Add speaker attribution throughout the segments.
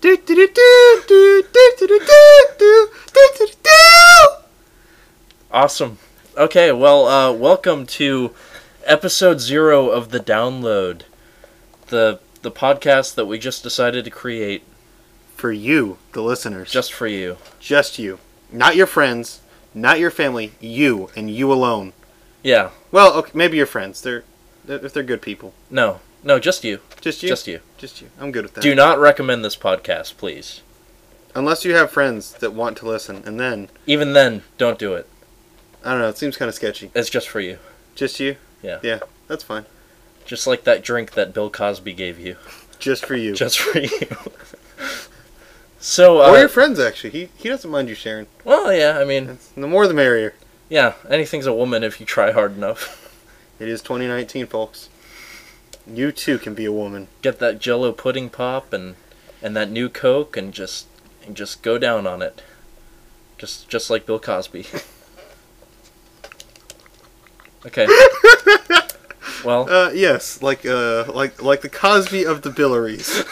Speaker 1: Do do do do do do do do do do do do.
Speaker 2: Awesome. Okay, well, uh, welcome to episode zero of the download, the the podcast that we just decided to create
Speaker 1: For you, the listeners,
Speaker 2: just for you.
Speaker 1: just you, not your friends, not your family, you and you alone.
Speaker 2: Yeah.
Speaker 1: Well, okay, maybe your friends. They're they're- if they're good people,
Speaker 2: No. No, just you.
Speaker 1: just you,
Speaker 2: Just you.
Speaker 1: Just you. I'm good with that.
Speaker 2: Do not recommend this podcast, please.
Speaker 1: Unless you have friends that want to listen, and then
Speaker 2: Even then, don't do it.
Speaker 1: I don't know. It seems kind of sketchy.
Speaker 2: It's just for you.
Speaker 1: Just you.
Speaker 2: Yeah.
Speaker 1: Yeah. That's fine.
Speaker 2: Just like that drink that Bill Cosby gave you.
Speaker 1: Just for you.
Speaker 2: Just for you. so,
Speaker 1: or your
Speaker 2: uh,
Speaker 1: friends, actually. He he doesn't mind you sharing.
Speaker 2: well, yeah, I mean,
Speaker 1: That's, the more the merrier.
Speaker 2: yeah, anything's a woman if you try hard enough.
Speaker 1: It is 2019, folks. You too can be a woman.
Speaker 2: Get that Jello pudding pop and and that new Coke and just and just go down on it. Just just like Bill Cosby. Okay. well,
Speaker 1: Uh, yes, like uh, like like the Cosby of the Billaries,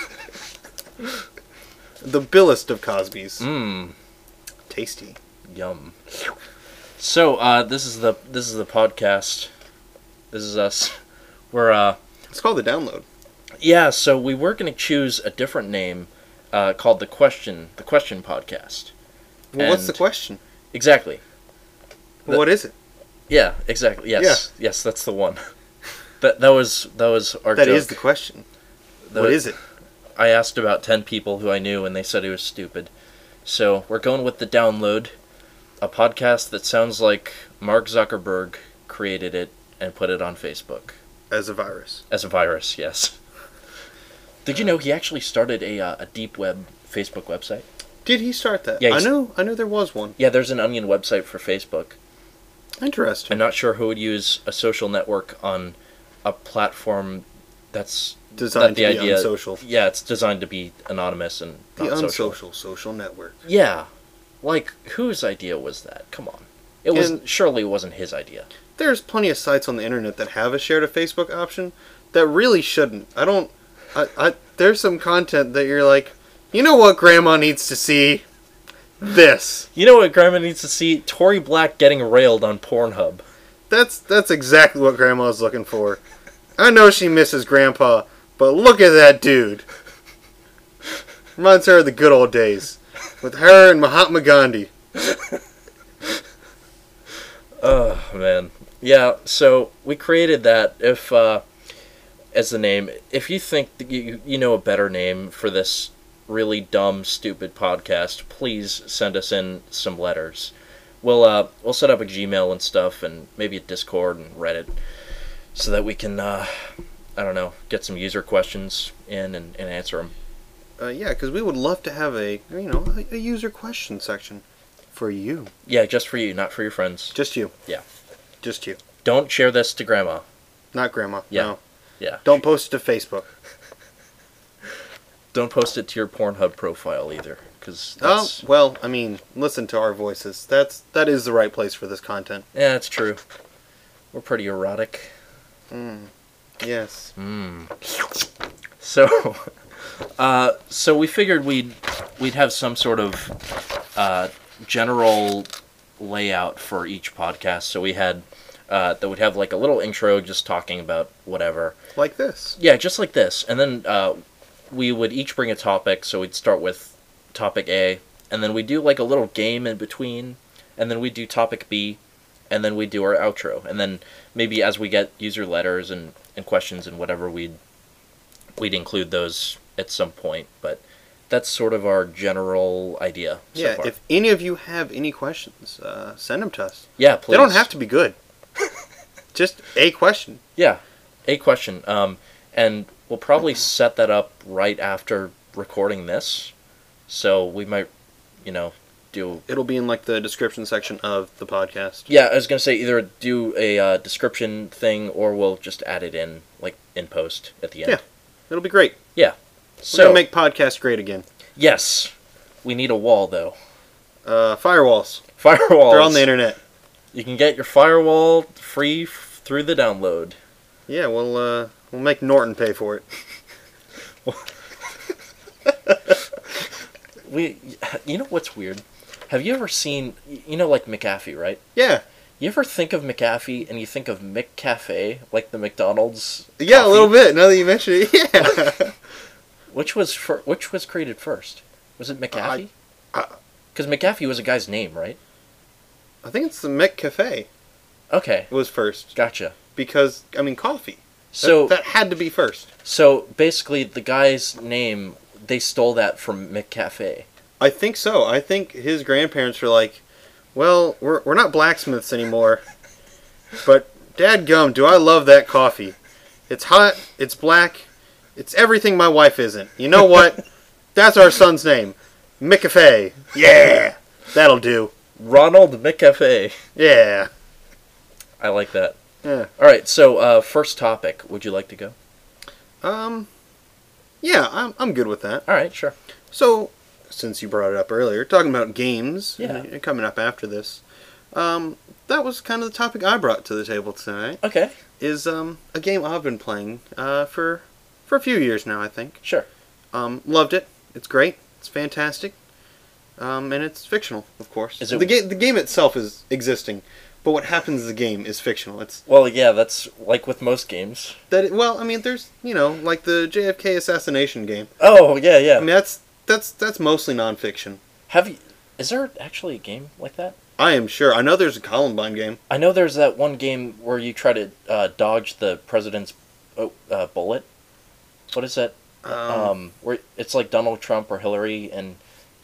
Speaker 1: the billest of Cosbys.
Speaker 2: mmm.
Speaker 1: Tasty.
Speaker 2: Yum. So uh, this is the this is the podcast. This is us. We're uh
Speaker 1: It's called the download.
Speaker 2: yeah. So we were gonna choose a different name uh, called the question the question podcast.
Speaker 1: Well, what's the
Speaker 2: And-
Speaker 1: question?
Speaker 2: Exactly. The-
Speaker 1: what is it?
Speaker 2: Yeah. Exactly. Yes. Yes. That's the one. That that was that was our
Speaker 1: That is
Speaker 2: joke.
Speaker 1: the question.
Speaker 2: That
Speaker 1: what is
Speaker 2: was-
Speaker 1: it?
Speaker 2: I asked about ten people who I knew, and they said it was stupid. So we're going with the download, a podcast that sounds like Mark Zuckerberg created it and put it on Facebook.
Speaker 1: As a virus.
Speaker 2: as a virus. Yes. Did you know he actually started a uh, a deep web Facebook website?
Speaker 1: Did he start that?
Speaker 2: Yeah,
Speaker 1: I
Speaker 2: he's-
Speaker 1: knew. I knew there was one.
Speaker 2: Yeah, there's an Onion website for Facebook.
Speaker 1: Interesting.
Speaker 2: I'm not sure who would use a social network on a platform that's
Speaker 1: Designed
Speaker 2: that the
Speaker 1: to be
Speaker 2: idea-
Speaker 1: unsocial.
Speaker 2: yeah, it's designed to be anonymous and
Speaker 1: The
Speaker 2: not
Speaker 1: unsocial
Speaker 2: social.
Speaker 1: social. network.
Speaker 2: Yeah, like whose idea was that? Come on, it was
Speaker 1: And-
Speaker 2: surely it wasn't his idea.
Speaker 1: There's plenty of sites on the internet that have a share to Facebook option that really shouldn't. I don't. I, I there's some content that you're like, you know what, Grandma needs to see this.
Speaker 2: You know what Grandma needs to see? Tory Black getting railed on Pornhub.
Speaker 1: That's that's exactly what Grandma's looking for. I know she misses Grandpa, but look at that dude. Reminds her of the good old days with her and Mahatma Gandhi.
Speaker 2: Oh man, yeah. So we created that if uh, as the name. If you think that you you know a better name for this really dumb, stupid podcast, please send us in some letters. We'll uh, we'll set up a Gmail and stuff, and maybe a Discord and Reddit, so that we can uh, I don't know get some user questions in and, and answer them.
Speaker 1: Uh, yeah, because we would love to have a you know a, a user question section for you,
Speaker 2: Yeah, just for you, not for your friends.
Speaker 1: just you.
Speaker 2: Yeah.
Speaker 1: just you.
Speaker 2: Don't share this to grandma.
Speaker 1: Not grandma.
Speaker 2: Yeah.
Speaker 1: No.
Speaker 2: Yeah.
Speaker 1: Don't post it to Facebook.
Speaker 2: Don't post it to your Pornhub profile either, because
Speaker 1: Oh
Speaker 2: that's
Speaker 1: well, I mean, listen to our voices. That's that is the right place for this content.
Speaker 2: Yeah, it's true. We're pretty erotic.
Speaker 1: Yes.
Speaker 2: Mm. So, uh, so we figured we'd we'd have some sort of uh, general layout for each podcast. So we had uh, that would have like a little intro, just talking about whatever.
Speaker 1: Like this.
Speaker 2: Yeah, just like this, and then uh, we would each bring a topic. So we'd start with topic A, and then we do like a little game in between, and then we do topic B, and then we do our outro, and then maybe as we get user letters and, and questions and whatever, we'd we'd include those at some point. But that's sort of our general idea. So
Speaker 1: yeah.
Speaker 2: far.
Speaker 1: If any of you have any questions, uh, send them to us.
Speaker 2: yeah, please.
Speaker 1: They don't have to be good. Just a question.
Speaker 2: Yeah, a question. Um, and we'll probably set that up right after recording this, so we might, you know, do.
Speaker 1: It'll be in like the description section of the podcast.
Speaker 2: Yeah, I was gonna say either do a uh, description thing or we'll just add it in like in post at the end.
Speaker 1: Yeah. It'll be great. We're
Speaker 2: So
Speaker 1: gonna make podcast great again.
Speaker 2: yes, we need a wall though.
Speaker 1: Uh, firewalls.
Speaker 2: Firewalls.
Speaker 1: They're on the internet.
Speaker 2: You can get your firewall free f- through the download.
Speaker 1: Yeah. We'll uh, we'll make Norton pay for it.
Speaker 2: we, you know what's weird? Have you ever seen, you know, like McAfee, right?
Speaker 1: Yeah.
Speaker 2: You ever think of McAfee and you think of McCafe, like the McDonald's?
Speaker 1: Yeah, a
Speaker 2: coffee?
Speaker 1: little bit. Now that you mention it, yeah.
Speaker 2: Which was fir- which was created first? Was it McAfee?
Speaker 1: I-
Speaker 2: Because McAfee was a guy's name, right?
Speaker 1: I think it's the Mech Cafe
Speaker 2: Okay,
Speaker 1: was first
Speaker 2: gotcha.
Speaker 1: because I mean coffee.
Speaker 2: So
Speaker 1: that, that had to be first.
Speaker 2: so basically, the guy's name they stole that from McCafe.
Speaker 1: I think so. I think his grandparents were like, "Well, we're we're not blacksmiths anymore, but dadgum, do I love that coffee? It's hot. It's black. It's everything my wife isn't. You know what? That's our son's name, McAfee. Yeah, that'll do.
Speaker 2: Ronald McCafe.
Speaker 1: Yeah,
Speaker 2: I like that.
Speaker 1: yeah.
Speaker 2: All right, so uh, first topic. Would you like to go?
Speaker 1: Um, yeah. I'm I'm good with that.
Speaker 2: All right, sure.
Speaker 1: So, since you brought it up earlier, talking about games
Speaker 2: Yeah.
Speaker 1: and coming up after this, um, that was kind of the topic I brought to the table tonight.
Speaker 2: Okay,
Speaker 1: Is um, a game I've been playing uh, for for a few years now. I think
Speaker 2: sure.
Speaker 1: um, loved it. It's great. It's fantastic. Um, and it's fictional, of course.
Speaker 2: Is it-
Speaker 1: the game? The game itself is existing, but what happens in the game is fictional. It's
Speaker 2: Well, yeah, that's like with most games.
Speaker 1: that. It, well, I mean, there's you know, like the JFK assassination game.
Speaker 2: Oh, yeah,
Speaker 1: I
Speaker 2: yeah.
Speaker 1: mean, that's that's that's mostly nonfiction.
Speaker 2: Have you? Is there actually a game like that?
Speaker 1: I am sure. I know there's a Columbine game.
Speaker 2: I know there's that one game where you try to uh, dodge the president's oh, uh, bullet. What is that? Um,
Speaker 1: Um,
Speaker 2: where it's like Donald Trump or Hillary, and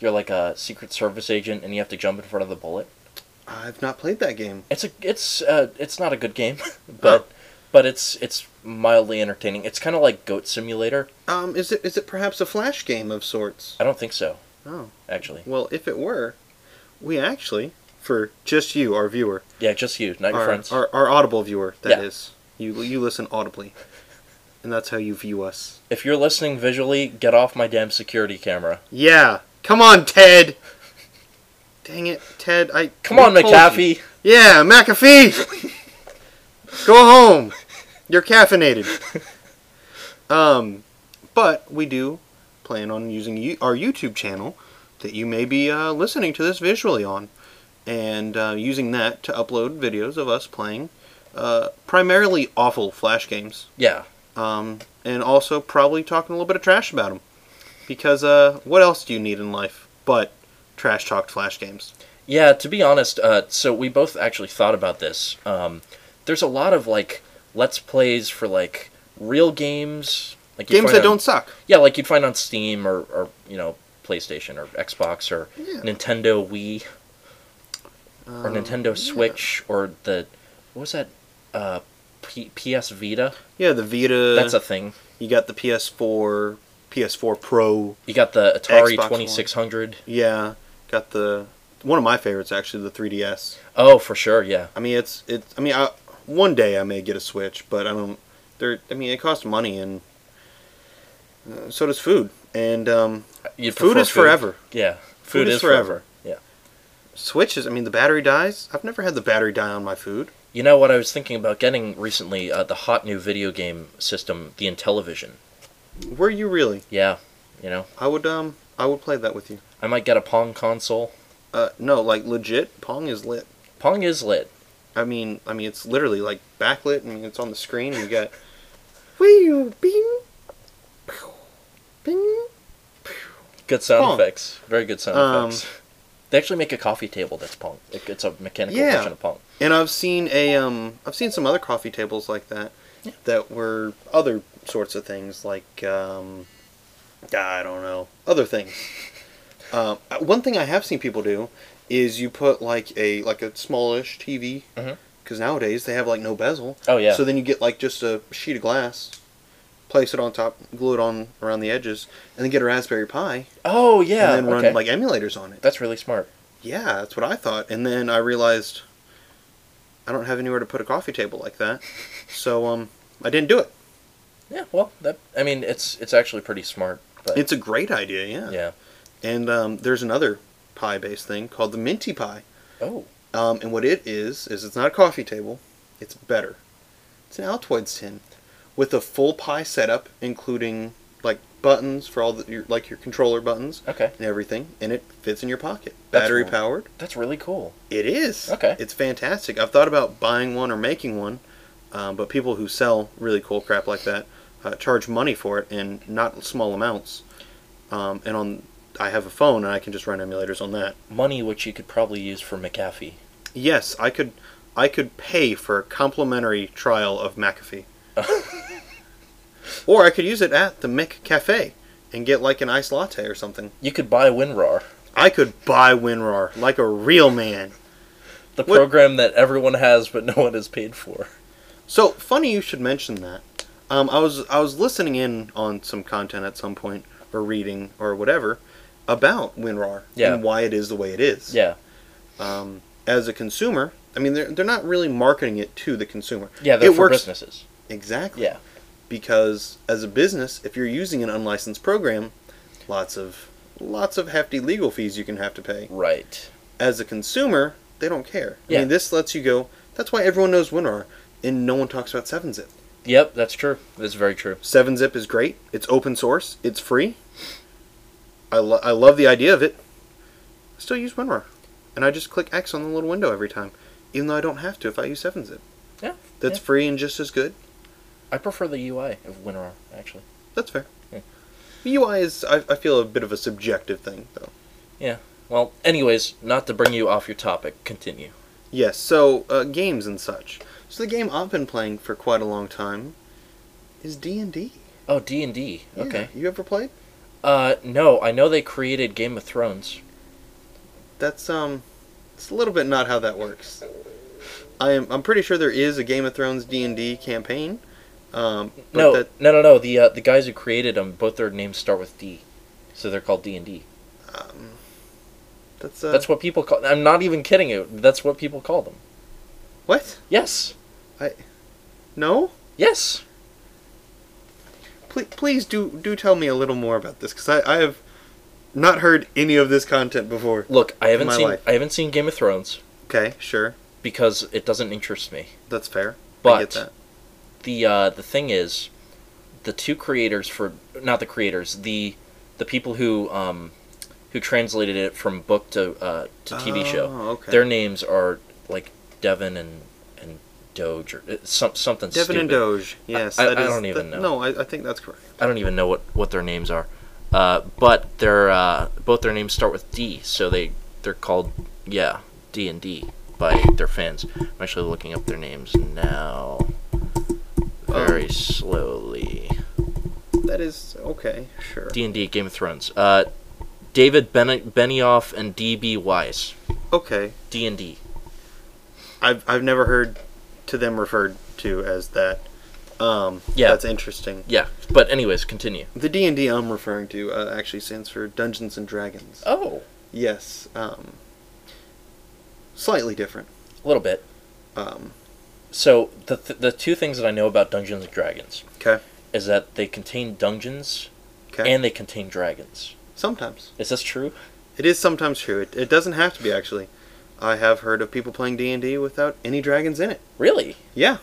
Speaker 2: you're like a Secret Service agent, and you have to jump in front of the bullet.
Speaker 1: I've not played that game.
Speaker 2: It's a it's uh, it's not a good game,
Speaker 1: Oh.
Speaker 2: but but it's it's mildly entertaining. It's kind of like Goat Simulator.
Speaker 1: Um, is it is it perhaps a flash game of sorts?
Speaker 2: I don't think so.
Speaker 1: Oh.
Speaker 2: actually,
Speaker 1: Well, if it were, we actually for just you, our viewer,
Speaker 2: yeah, just you, not your
Speaker 1: our,
Speaker 2: friends.
Speaker 1: our our audible viewer, that is,
Speaker 2: Yeah.
Speaker 1: you you listen audibly, and that's how you view us.
Speaker 2: If you're listening visually, get off my damn security camera.
Speaker 1: Yeah, come on, Ted. Dang it, Ted! I
Speaker 2: Come on,
Speaker 1: I told you.
Speaker 2: McAfee.
Speaker 1: Yeah, McAfee. Go home. You're caffeinated. Um, but we do plan on using you- our YouTube channel that you may be uh, listening to this visually on, and uh, using that to upload videos of us playing uh, primarily awful Flash games,
Speaker 2: Yeah,
Speaker 1: um, and also probably talking a little bit of trash about them, because uh, what else do you need in life but trash talked Flash games?
Speaker 2: Yeah, to be honest, uh, so we both actually thought about this. Um, there's a lot of like let's plays for like real games, like you'd
Speaker 1: Games
Speaker 2: find
Speaker 1: that
Speaker 2: on-
Speaker 1: don't suck.
Speaker 2: Yeah, like you'd find on Steam or, or you know PlayStation or Xbox or
Speaker 1: Yeah.
Speaker 2: Nintendo Wii or
Speaker 1: Um,
Speaker 2: Nintendo
Speaker 1: yeah.
Speaker 2: Switch or the what was that uh, P- PS Vita?
Speaker 1: Yeah, the Vita.
Speaker 2: That's a thing.
Speaker 1: You got the PS4, PS4 Pro.
Speaker 2: You got the Atari
Speaker 1: Xbox One.
Speaker 2: 2600.
Speaker 1: Yeah, got the one of my favorites actually, the 3DS.
Speaker 2: Oh, for sure. Yeah.
Speaker 1: I mean, it's it's. I mean, I, one day I may get a Switch, but I don't. There. I mean, it costs money, and uh, so does food. And um,
Speaker 2: You'd
Speaker 1: food
Speaker 2: prefer
Speaker 1: is forever.
Speaker 2: Yeah.
Speaker 1: Food is forever.
Speaker 2: Yeah.
Speaker 1: Switches. I mean, the battery dies. I've never had the battery die on my food.
Speaker 2: You know what I was thinking about getting recently? Uh, the hot new video game system, the Intellivision.
Speaker 1: Were you really?
Speaker 2: Yeah, you know,
Speaker 1: I would um. I would play that with you.
Speaker 2: I might get a Pong console.
Speaker 1: Uh, no, like legit. Pong is lit.
Speaker 2: Pong is lit.
Speaker 1: I mean, I mean, it's literally like backlit. I mean, it's on the screen. And you got, wee bing, pew, bing.
Speaker 2: Good sound
Speaker 1: Pong.
Speaker 2: effects. Very good sound
Speaker 1: Um,
Speaker 2: effects. They actually make a coffee table that's Pong. It- It's a mechanical
Speaker 1: Yeah.
Speaker 2: version of Pong.
Speaker 1: And I've seen a um, I've seen some other coffee tables like that, that were other sorts of things like um, ah, I don't know, other things. Um, uh, one thing I have seen people do is you put like a like a smallish TV,
Speaker 2: Mhm.
Speaker 1: because nowadays they have like no bezel.
Speaker 2: Oh yeah.
Speaker 1: So then you get like just a sheet of glass, place it on top, glue it on around the edges, and then get a Raspberry Pi,
Speaker 2: oh yeah.
Speaker 1: and then run
Speaker 2: okay.
Speaker 1: like emulators on it.
Speaker 2: that's really smart.
Speaker 1: Yeah, that's what I thought. And then I realized I don't have anywhere to put a coffee table like that, so um, I didn't do it.
Speaker 2: Yeah. Well, that I mean, it's it's actually pretty smart. But
Speaker 1: It's a great idea, yeah.
Speaker 2: yeah.
Speaker 1: And um, there's another pie-based thing called the Minty Pie,
Speaker 2: Oh.
Speaker 1: um, and what it is is it's not a coffee table, it's better. It's an Altoids tin with a full pie setup, including like buttons for all the your, like your controller buttons
Speaker 2: Okay.
Speaker 1: and everything, and it fits in your pocket.
Speaker 2: That's
Speaker 1: Battery
Speaker 2: cool.
Speaker 1: powered.
Speaker 2: That's really cool.
Speaker 1: It is.
Speaker 2: Okay.
Speaker 1: It's fantastic. I've thought about buying one or making one, um, but people who sell really cool crap like that uh, charge money for it and not small amounts. Um, and on, I have a phone and I can just run emulators on that.
Speaker 2: Money which you could probably use for McAfee.
Speaker 1: Yes, I could. I could pay for a complimentary trial of McAfee. or I could use it at the Mick Cafe and get like an iced latte or something.
Speaker 2: You could buy WinRAR,
Speaker 1: I could buy WinRAR like a real man.
Speaker 2: the
Speaker 1: What-
Speaker 2: program that everyone has but no one is paid for.
Speaker 1: So funny you should mention that. Um, I was I was listening in on some content at some point or reading or whatever about WinRAR
Speaker 2: Yeah.
Speaker 1: and why it is the way it is.
Speaker 2: Yeah.
Speaker 1: Um, as a consumer, I mean they're they're not really marketing it to the consumer.
Speaker 2: Yeah, they're
Speaker 1: it
Speaker 2: for
Speaker 1: works
Speaker 2: businesses.
Speaker 1: exactly.
Speaker 2: Yeah.
Speaker 1: Because as a business, if you're using an unlicensed program, lots of lots of hefty legal fees you can have to pay.
Speaker 2: Right.
Speaker 1: As a consumer, they don't care. I
Speaker 2: Yeah.
Speaker 1: mean this lets you go. That's why everyone knows WinRAR and no one talks about 7-Zip.
Speaker 2: Yep, that's true. That's very true.
Speaker 1: Seven Zip is great. It's open source. It's free. I, lo- I love the idea of it. I still use WinRAR, and I just click X on the little window every time, even though I don't have to if I use Seven Zip.
Speaker 2: Yeah,
Speaker 1: that's
Speaker 2: yeah.
Speaker 1: free and just as good.
Speaker 2: I prefer the UI of WinRAR, actually.
Speaker 1: That's fair.
Speaker 2: Yeah.
Speaker 1: UI is I, I feel a bit of a subjective thing though.
Speaker 2: Well, anyways, not to bring you off your topic, continue.
Speaker 1: Yes, so uh, games and such. So the game I've been playing for quite a long time is D and D.
Speaker 2: Oh, D&D. Okay.
Speaker 1: you ever played?
Speaker 2: Uh, no, I know they created Game of Thrones.
Speaker 1: That's um, it's a little bit not how that works. I am. I'm pretty sure there is a Game of Thrones D and D campaign. Um, but
Speaker 2: No,
Speaker 1: that,
Speaker 2: no, no, no. The uh, the guys who created them, both their names start with D, so they're called D and D.
Speaker 1: um, that's uh,
Speaker 2: That's what people call. I'm not even kidding you. That's what people call them.
Speaker 1: what?
Speaker 2: Yes,
Speaker 1: No.
Speaker 2: yes.
Speaker 1: Please, please do do tell me a little more about this because I, I have not heard any of this content before.
Speaker 2: Look, I haven't
Speaker 1: my
Speaker 2: seen
Speaker 1: life.
Speaker 2: I haven't seen Game of Thrones
Speaker 1: Okay, sure,
Speaker 2: because it doesn't interest me.
Speaker 1: that's fair. I get
Speaker 2: But
Speaker 1: that.
Speaker 2: the uh, the thing is, the two creators for not the creators the the people who um, who translated it from book to uh, to TV show.
Speaker 1: Oh, okay.
Speaker 2: Their names are like Devin and and Doge or uh, some something.
Speaker 1: Devin
Speaker 2: stupid.
Speaker 1: and Doge. Yes,
Speaker 2: I-
Speaker 1: that
Speaker 2: I
Speaker 1: is-
Speaker 2: don't even
Speaker 1: that-
Speaker 2: know.
Speaker 1: No, I, I think that's correct.
Speaker 2: I don't even know what, what their names are, uh, but their uh, both their names start with D, so they they're called yeah D and D by their fans. I'm actually looking up their names now,
Speaker 1: Oh.
Speaker 2: very slowly.
Speaker 1: That is okay. Sure.
Speaker 2: D and D Game of Thrones. Uh, David ben- Benioff and D B Weiss.
Speaker 1: okay.
Speaker 2: D and D.
Speaker 1: I've I've never heard to them referred to as that. Um,
Speaker 2: Yeah.
Speaker 1: that's interesting.
Speaker 2: Yeah, but anyways, continue.
Speaker 1: The D and D I'm referring to uh, actually stands for Dungeons and Dragons.
Speaker 2: Oh,
Speaker 1: Yes, um, slightly different.
Speaker 2: a little bit.
Speaker 1: Um,
Speaker 2: So the th- the two things that I know about Dungeons and Dragons
Speaker 1: okay,
Speaker 2: is that they contain dungeons
Speaker 1: okay.
Speaker 2: and they contain dragons.
Speaker 1: sometimes
Speaker 2: Is this true?
Speaker 1: it is sometimes true. It, it doesn't have to be actually. I have heard of people playing D and D without any dragons in it.
Speaker 2: Really?
Speaker 1: Yeah,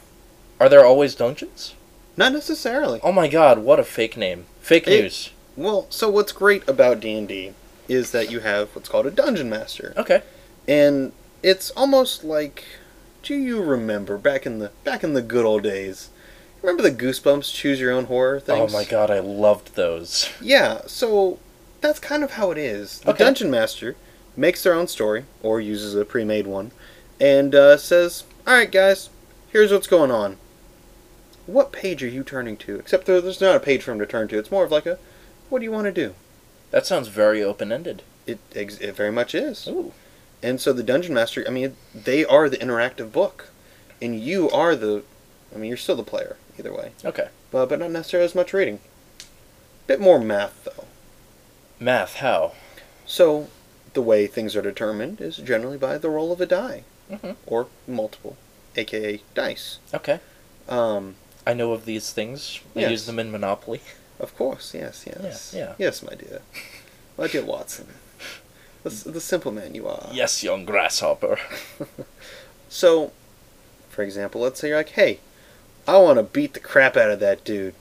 Speaker 2: Are there always dungeons?
Speaker 1: not necessarily.
Speaker 2: Oh my god, what a fake name. Fake
Speaker 1: It-
Speaker 2: news.
Speaker 1: Well, so what's great about D and D is that you have what's called a dungeon master.
Speaker 2: Okay.
Speaker 1: and it's almost like do you remember back in the back in the good old days remember the goosebumps choose your own horror things
Speaker 2: Oh my god, I loved those.
Speaker 1: yeah so that's kind of how it is the
Speaker 2: Okay.
Speaker 1: dungeon master makes their own story or uses a pre-made one and uh, says all right guys here's what's going on what page are you turning to except there, there's not a page for him to turn to it's more of like a what do you want to do
Speaker 2: That sounds very open ended.
Speaker 1: it, ex- it very much is
Speaker 2: Ooh.
Speaker 1: And so the dungeon master, I mean, they are the interactive book, and you are the, I mean, you're still the player either way,
Speaker 2: Okay.
Speaker 1: but but not necessarily as much reading. Bit more math though.
Speaker 2: Math, how?
Speaker 1: So the way things are determined is generally by the roll of a die
Speaker 2: Mhm.
Speaker 1: or multiple, aka dice.
Speaker 2: Okay.
Speaker 1: Um,
Speaker 2: I know of these things. I
Speaker 1: Yes.
Speaker 2: use them in Monopoly.
Speaker 1: of course, yes, yes,
Speaker 2: yeah.
Speaker 1: yes, my dear, my dear Watson, the, s- the simple man you are.
Speaker 2: Yes, young grasshopper.
Speaker 1: So, for example, let's say you're like, hey, I want to beat the crap out of that dude.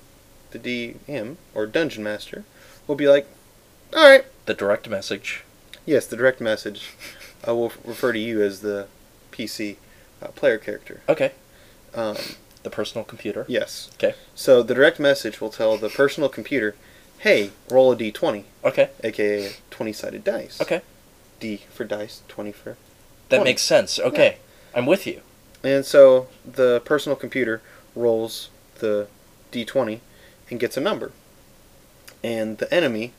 Speaker 1: the DM or dungeon master will be like, "All right,
Speaker 2: The direct message.
Speaker 1: yes, the direct message. I will refer to you as the PC uh, player character."
Speaker 2: Okay.
Speaker 1: Um,
Speaker 2: The personal computer.
Speaker 1: yes.
Speaker 2: Okay.
Speaker 1: So the direct message will tell the personal computer, "Hey, roll a d20,
Speaker 2: Okay.
Speaker 1: aka a 20-sided dice."
Speaker 2: Okay.
Speaker 1: D for dice, 20 for
Speaker 2: That
Speaker 1: Twenty.
Speaker 2: makes sense. Okay. I'm with you.
Speaker 1: And so the personal computer rolls the d20 and gets a number. And the enemy,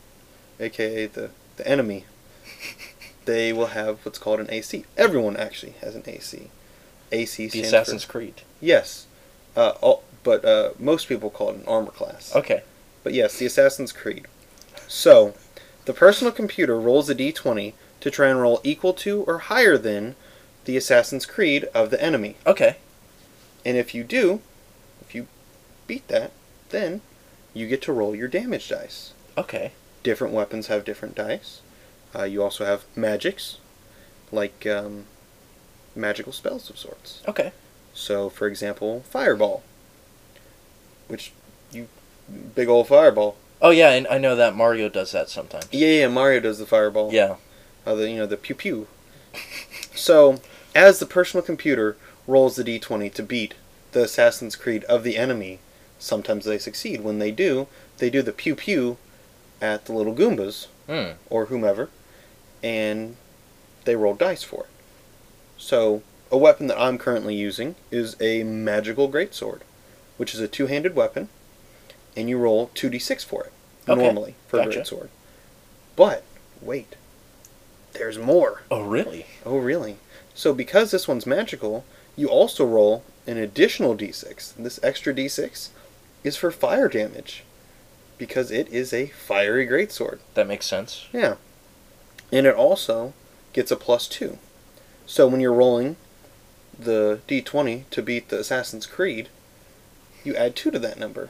Speaker 1: aka the, the enemy, they will have what's called an AC. Everyone actually has an AC. AC
Speaker 2: The
Speaker 1: stands
Speaker 2: Assassin's
Speaker 1: for,
Speaker 2: Creed.
Speaker 1: yes, uh, all, but uh, most people call it an armor class.
Speaker 2: Okay.
Speaker 1: But yes, the Assassin's Creed. So, the personal computer rolls a d20 to try and roll equal to or higher than the Assassin's Creed of the enemy.
Speaker 2: Okay.
Speaker 1: And if you do, if you beat that, then you get to roll your damage dice.
Speaker 2: Okay.
Speaker 1: Different weapons have different dice. Uh, you also have magics, like um, magical spells of sorts.
Speaker 2: Okay.
Speaker 1: So, for example, fireball, which you big old fireball.
Speaker 2: Oh yeah, and I know that Mario does that sometimes.
Speaker 1: Yeah, yeah, Mario does the fireball.
Speaker 2: Yeah.
Speaker 1: Uh, the you know the pew pew. So, as the personal computer rolls the d20 to beat the Assassin's Creed of the enemy, sometimes they succeed. When they do, they do the pew pew at the little Goombas
Speaker 2: Hmm.
Speaker 1: or whomever, and they roll dice for it. So, a weapon that I'm currently using is a magical greatsword, which is a two handed weapon, and you roll 2d6 for it
Speaker 2: Okay.
Speaker 1: normally for
Speaker 2: Gotcha.
Speaker 1: a greatsword. But, wait, there's more.
Speaker 2: Oh really?
Speaker 1: Oh, really? So, because this one's magical, you also roll an additional d6. This extra d6 is for fire damage, because it is a fiery greatsword.
Speaker 2: That makes sense.
Speaker 1: Yeah. And it also gets a plus two. So when you're rolling the d20 to beat the Assassin's Creed, you add two to that number.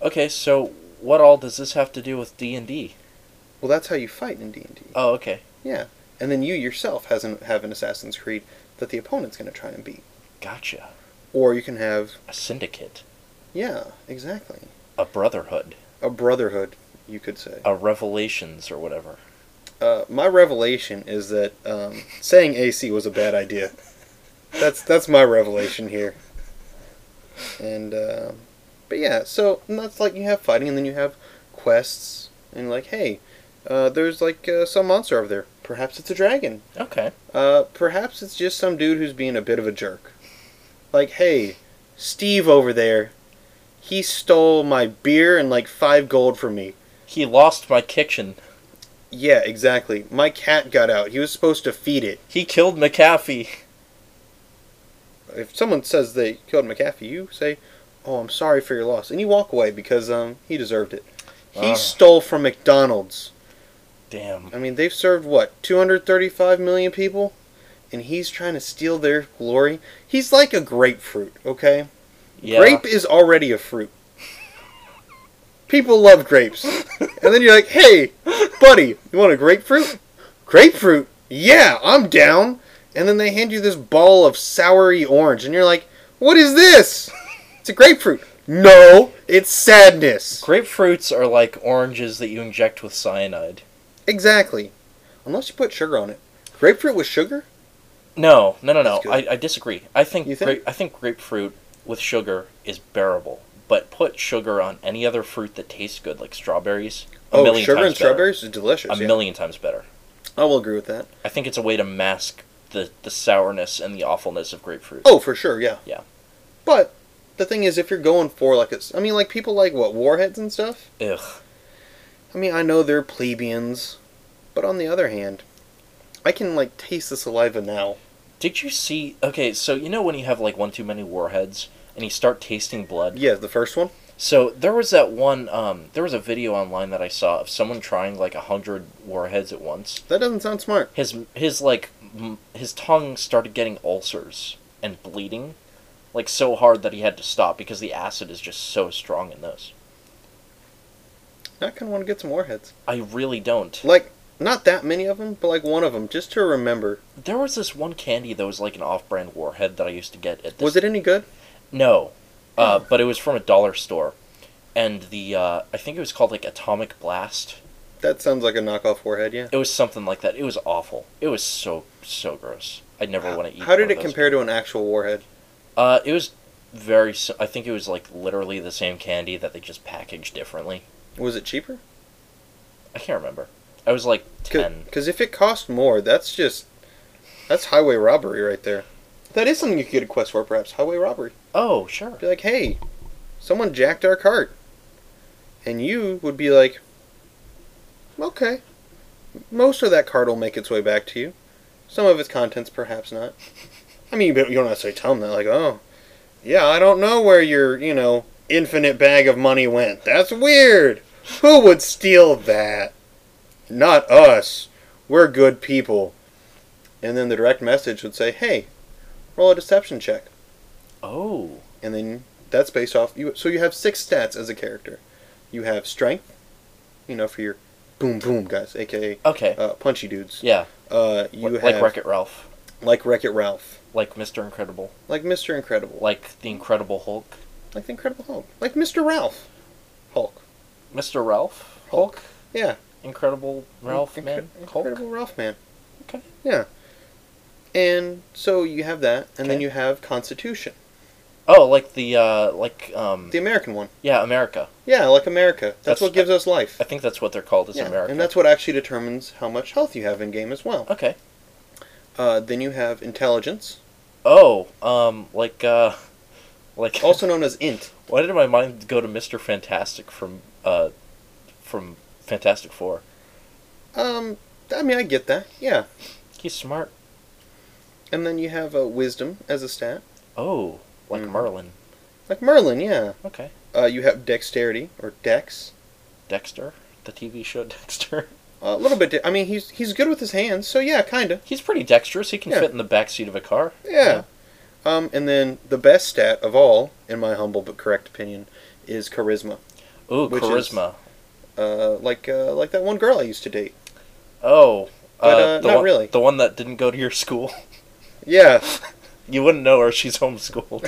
Speaker 2: Okay, so what all does this have to do with D and D?
Speaker 1: Well, that's how you fight in D&D.
Speaker 2: Oh, okay.
Speaker 1: Yeah. And then you yourself has an, have an Assassin's Creed that the opponent's going to try and beat.
Speaker 2: Gotcha.
Speaker 1: Or you can have,
Speaker 2: A syndicate,
Speaker 1: yeah, exactly.
Speaker 2: a brotherhood,
Speaker 1: A brotherhood, you could say.
Speaker 2: a revelations or whatever.
Speaker 1: Uh, my revelation is that um, saying AC was a bad idea. That's that's my revelation here. And um, but yeah, so and that's like you have fighting, and then you have quests, and like hey, uh, there's like uh, some monster over there. Perhaps it's a dragon.
Speaker 2: Okay.
Speaker 1: Uh, perhaps it's just some dude who's being a bit of a jerk. Like hey, Steve over there, he stole my beer and like five gold from me.
Speaker 2: He lost my kitchen.
Speaker 1: Yeah, exactly. My cat got out. He was supposed to feed it.
Speaker 2: He killed McAfee.
Speaker 1: if someone says they killed McAfee, you say, "Oh, I'm sorry for your loss," and you walk away because um he deserved it. He
Speaker 2: Wow.
Speaker 1: stole from McDonald's.
Speaker 2: Damn.
Speaker 1: I mean, they've served what 235 million people, and he's trying to steal their glory. He's like a grapefruit, okay?
Speaker 2: Yeah.
Speaker 1: Grape is already a fruit. People love grapes, and then you're like, "Hey, buddy, you want a grapefruit? Grapefruit? Yeah, I'm down." And then they hand you this ball of soury orange, and you're like, "What is this? It's a grapefruit." No, it's sadness.
Speaker 2: Grapefruits are like oranges that you inject with cyanide.
Speaker 1: Exactly. Unless you put sugar on it. Grapefruit with sugar?
Speaker 2: No, no, no, no.
Speaker 1: That's good.
Speaker 2: I, I disagree. I think,
Speaker 1: You
Speaker 2: grape
Speaker 1: think?
Speaker 2: I think grapefruit with sugar is bearable, but put sugar on any other fruit that tastes good, like strawberries. A
Speaker 1: Oh,
Speaker 2: million
Speaker 1: sugar
Speaker 2: times
Speaker 1: and
Speaker 2: better.
Speaker 1: strawberries is delicious.
Speaker 2: A
Speaker 1: yeah.
Speaker 2: million times better.
Speaker 1: I will agree with that.
Speaker 2: I think it's a way to mask the, the sourness and the awfulness of grapefruit.
Speaker 1: Oh, for sure, yeah.
Speaker 2: Yeah.
Speaker 1: But the thing is, if you're going for like it's, I mean, like people like what warheads and stuff.
Speaker 2: Ugh.
Speaker 1: I mean, I know they're plebeians, but on the other hand, I can like taste the saliva now.
Speaker 2: Did you see? Okay, so you know when you have like one too many warheads and you start tasting blood.
Speaker 1: Yeah, the first one.
Speaker 2: So there was that one. Um, there was a video online that I saw of someone trying like a hundred warheads at once.
Speaker 1: That doesn't sound smart.
Speaker 2: His his like m- his tongue started getting ulcers and bleeding, like so hard that he had to stop because the acid is just so strong in those.
Speaker 1: I kind of want to get some warheads.
Speaker 2: I really don't.
Speaker 1: Like not that many of them, but like one of them just to remember.
Speaker 2: There was this one candy that was like an off-brand warhead that I used to get at this
Speaker 1: Was it any good?
Speaker 2: No, uh, but it was from a dollar store, and the uh, I think it was called like Atomic Blast.
Speaker 1: That sounds like a knockoff warhead, yeah.
Speaker 2: It was something like that. It was awful. It was so so gross. I never want to eat.
Speaker 1: How did
Speaker 2: one
Speaker 1: it
Speaker 2: of those.
Speaker 1: compare to an actual warhead?
Speaker 2: Uh, it was very. si- I think it was like literally the same candy that they just packaged differently.
Speaker 1: Was it cheaper?
Speaker 2: I can't remember. I was like ten.
Speaker 1: Because if it cost more, that's just that's highway robbery right there. That is something you could get a quest for, perhaps highway robbery.
Speaker 2: Oh sure.
Speaker 1: Be like, hey, someone jacked our cart, and you would be like, okay, most of that cart will make its way back to you. Some of its contents, perhaps not. I mean, but you don't necessarily tell them that. Like, oh, yeah, I don't know where your you know infinite bag of money went. That's weird. Who would steal that? Not us. We're good people. And then the direct message would say, hey, roll a deception check
Speaker 2: Oh.
Speaker 1: and then that's based off you. So you have six stats as a character. You have strength, you know, for your boom boom guys, aka
Speaker 2: Okay.
Speaker 1: uh, punchy dudes.
Speaker 2: yeah.
Speaker 1: Uh, you
Speaker 2: Like,
Speaker 1: have
Speaker 2: like Wreck It Ralph.
Speaker 1: like Wreck-It Ralph,
Speaker 2: Like Mr. Incredible.
Speaker 1: like Mister Incredible,
Speaker 2: Like the Incredible Hulk.
Speaker 1: like the Incredible Hulk, like Mister Ralph, Hulk,
Speaker 2: Mr. Ralph.
Speaker 1: Hulk. yeah,
Speaker 2: Incredible Ralph
Speaker 1: Incre-
Speaker 2: man. Hulk.
Speaker 1: Incredible Ralph man.
Speaker 2: Okay.
Speaker 1: Yeah. And so you have that, and then
Speaker 2: Okay.
Speaker 1: you have Constitution,
Speaker 2: Oh, like the uh, like um,
Speaker 1: the American one.
Speaker 2: yeah, America.
Speaker 1: Yeah, like America. That's,
Speaker 2: That's-
Speaker 1: what gives us life.
Speaker 2: I think that's what they're called. Is
Speaker 1: yeah,
Speaker 2: America.
Speaker 1: and that's what actually determines how much health you have in game as well.
Speaker 2: okay.
Speaker 1: Uh, then you have intelligence,
Speaker 2: Oh, um, like uh, like
Speaker 1: also known as int.
Speaker 2: Why did my mind go to Mister Fantastic from uh, from Fantastic Four?
Speaker 1: Um, I mean, I get that. Yeah.
Speaker 2: He's smart.
Speaker 1: And then you have uh, wisdom as a stat,
Speaker 2: Oh, like
Speaker 1: Mhm.
Speaker 2: Merlin.
Speaker 1: like Merlin. Yeah.
Speaker 2: Okay,
Speaker 1: Uh, you have dexterity or dex.
Speaker 2: Dexter, the TV show Dexter.
Speaker 1: Uh, a little bit. De- I mean, he's he's good with his hands, so yeah, kind of.
Speaker 2: He's pretty dexterous. He can
Speaker 1: Yeah.
Speaker 2: fit in the back seat of a car.
Speaker 1: Yeah. Um, and then the best stat of all, in my humble but correct opinion, is charisma.
Speaker 2: Ooh,
Speaker 1: Which is-
Speaker 2: charisma.
Speaker 1: Uh, like uh, like that one girl I used to date.
Speaker 2: Oh,
Speaker 1: But, uh,
Speaker 2: the
Speaker 1: not
Speaker 2: one,
Speaker 1: really.
Speaker 2: The one that didn't go to your school.
Speaker 1: Yeah.
Speaker 2: You wouldn't know her. She's homeschooled.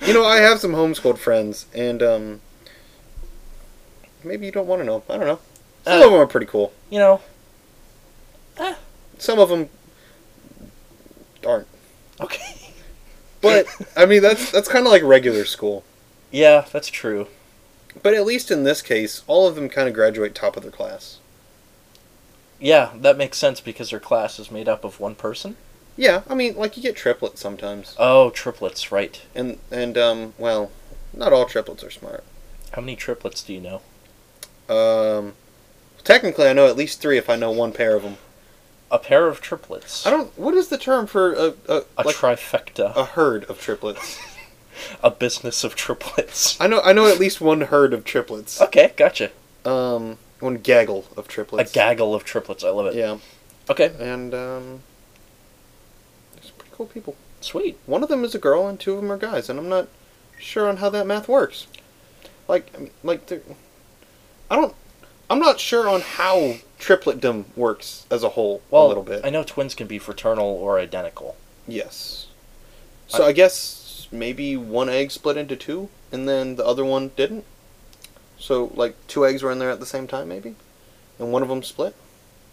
Speaker 1: You know, I have some homeschooled friends, and um, maybe you don't want to know. I don't know. Some
Speaker 2: Uh.
Speaker 1: of them are pretty cool.
Speaker 2: you know.
Speaker 1: Some of them aren't.
Speaker 2: Okay.
Speaker 1: But I mean, that's that's kind of like regular school.
Speaker 2: Yeah, that's true.
Speaker 1: But at least in this case, all of them kind of graduate top of their class.
Speaker 2: Yeah, that makes sense because her class is made up of one person.
Speaker 1: Yeah, I mean, like you get triplets sometimes,
Speaker 2: Oh, triplets, right.
Speaker 1: and and um, well, not all triplets are smart.
Speaker 2: How many triplets do you know?
Speaker 1: Um, technically, I know at least three if I know one pair of them.
Speaker 2: A pair of triplets.
Speaker 1: I don't. What is the term for a a,
Speaker 2: a
Speaker 1: like
Speaker 2: trifecta.
Speaker 1: a herd of triplets?
Speaker 2: a business of triplets.
Speaker 1: I know I know at least one herd of triplets.
Speaker 2: Okay, gotcha.
Speaker 1: Um, one gaggle of
Speaker 2: A
Speaker 1: triplets.
Speaker 2: gaggle of triplets. I love it.
Speaker 1: Yeah,
Speaker 2: Okay,
Speaker 1: and um, it's pretty cool people.
Speaker 2: sweet.
Speaker 1: One of them is a girl, and two of them are guys, and I'm not sure on how that math works. Like, I mean, like, they're- I don't. I'm not sure on how tripletdom works as a whole.
Speaker 2: Well,
Speaker 1: a little bit.
Speaker 2: I know twins can be fraternal or identical.
Speaker 1: yes. So I, guess maybe one egg split into two, and then the other one didn't. So like two eggs were in there at the same time, maybe, and one of them split.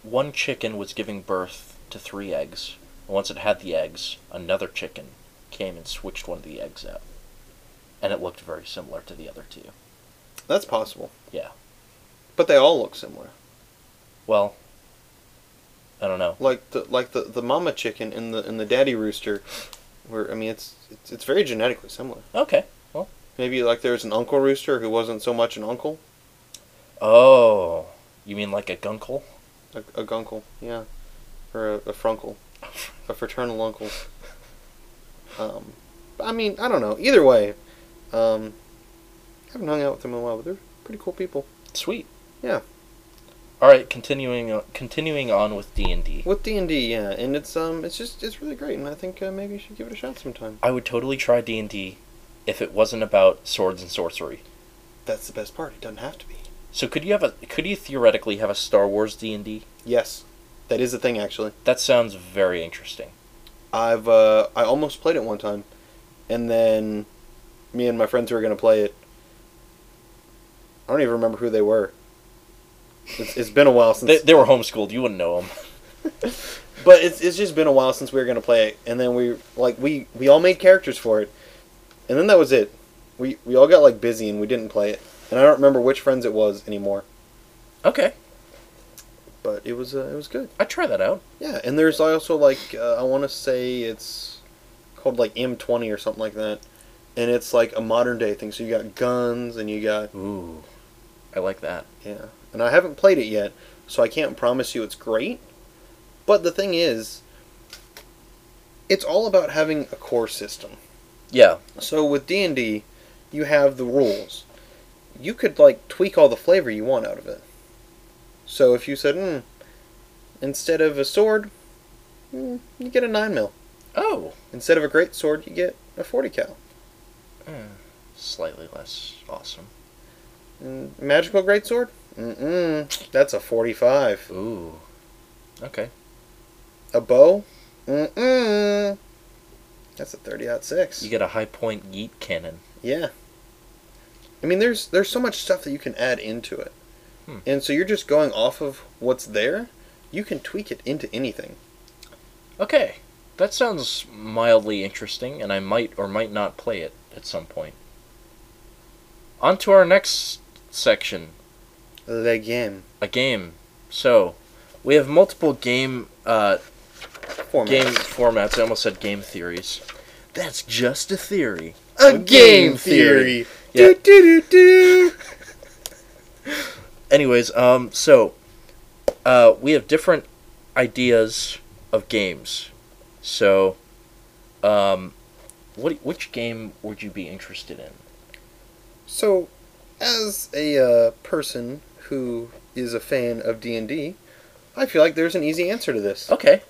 Speaker 2: One chicken was giving birth to three eggs. And Once it had the eggs, another chicken came and switched one of the eggs out. And it looked very similar to the other two.
Speaker 1: That's possible.
Speaker 2: Yeah.
Speaker 1: But they all look similar.
Speaker 2: Well, I don't know.
Speaker 1: Like the like the, the mama chicken and the and the daddy rooster were I mean it's it's, it's very genetically similar.
Speaker 2: Okay.
Speaker 1: Maybe like there was an uncle rooster who wasn't so much an uncle,
Speaker 2: Oh, you mean like a gunkle?
Speaker 1: a, a gunkle, yeah, or a, a frunkle, a fraternal uncle. Um, I mean I don't know. Either way, um, I haven't hung out with them in a while, but they're pretty cool people.
Speaker 2: Sweet.
Speaker 1: Yeah.
Speaker 2: All right, continuing continuing on with D and D.
Speaker 1: With D and D, yeah, and it's um it's just it's really great, and I think uh, maybe you should give it a shot sometime.
Speaker 2: I would totally try D and D if it wasn't about swords and sorcery.
Speaker 1: That's the best part. It doesn't have to be.
Speaker 2: So could you have a could you theoretically have a Star Wars D and D?
Speaker 1: Yes, that is a thing actually.
Speaker 2: That sounds very interesting.
Speaker 1: I've uh, I almost played it one time, and then me and my friends who were gonna play it I don't even remember who they were. It's, it's been a while since.
Speaker 2: They, they were homeschooled. You wouldn't know them.
Speaker 1: But it's, it's just been a while since we were gonna play it, and then we like we we all made characters for it, and then that was it. We we all got like busy and we didn't play it, and I don't remember which friends it was anymore.
Speaker 2: Okay,
Speaker 1: But it was uh, it was good.
Speaker 2: I try that out.
Speaker 1: Yeah, and there's also like uh, I want to say it's called like M20 or something like that, and it's like a modern day thing. So you got guns and you got
Speaker 2: Ooh, I like that.
Speaker 1: yeah. And I haven't played it yet, so I can't promise you it's great. But the thing is, it's all about having a core system.
Speaker 2: Yeah,
Speaker 1: So with D and D, you have the rules. You could like tweak all the flavor you want out of it. So if you said, mm, instead of a sword, mm, you get a nine mil.
Speaker 2: Oh,
Speaker 1: Instead of a great sword, you get a forty cal.
Speaker 2: eh, slightly less awesome.
Speaker 1: And magical great sword, mm that's a forty-five.
Speaker 2: Ooh, okay.
Speaker 1: A bow, mm that's a thirty out six.
Speaker 2: You get a high point yeet cannon.
Speaker 1: Yeah. I mean, there's there's so much stuff that you can add into it,
Speaker 2: Hmm.
Speaker 1: and so you're just going off of what's there. You can tweak it into anything.
Speaker 2: Okay, that sounds mildly interesting, and I might or might not play it at some point. On to our next section,
Speaker 1: Le game
Speaker 2: a game. So, we have multiple game uh,
Speaker 1: format.
Speaker 2: game formats. I almost said game theories. That's just a theory.
Speaker 1: A game theory.
Speaker 2: Yeah.
Speaker 1: Do, do, do, do.
Speaker 2: anyways, um, so uh, we have different ideas of games. So, um, what which game would you be interested in?
Speaker 1: So, as a uh, person who is a fan of D and D, I feel like there's an easy answer to this.
Speaker 2: Okay,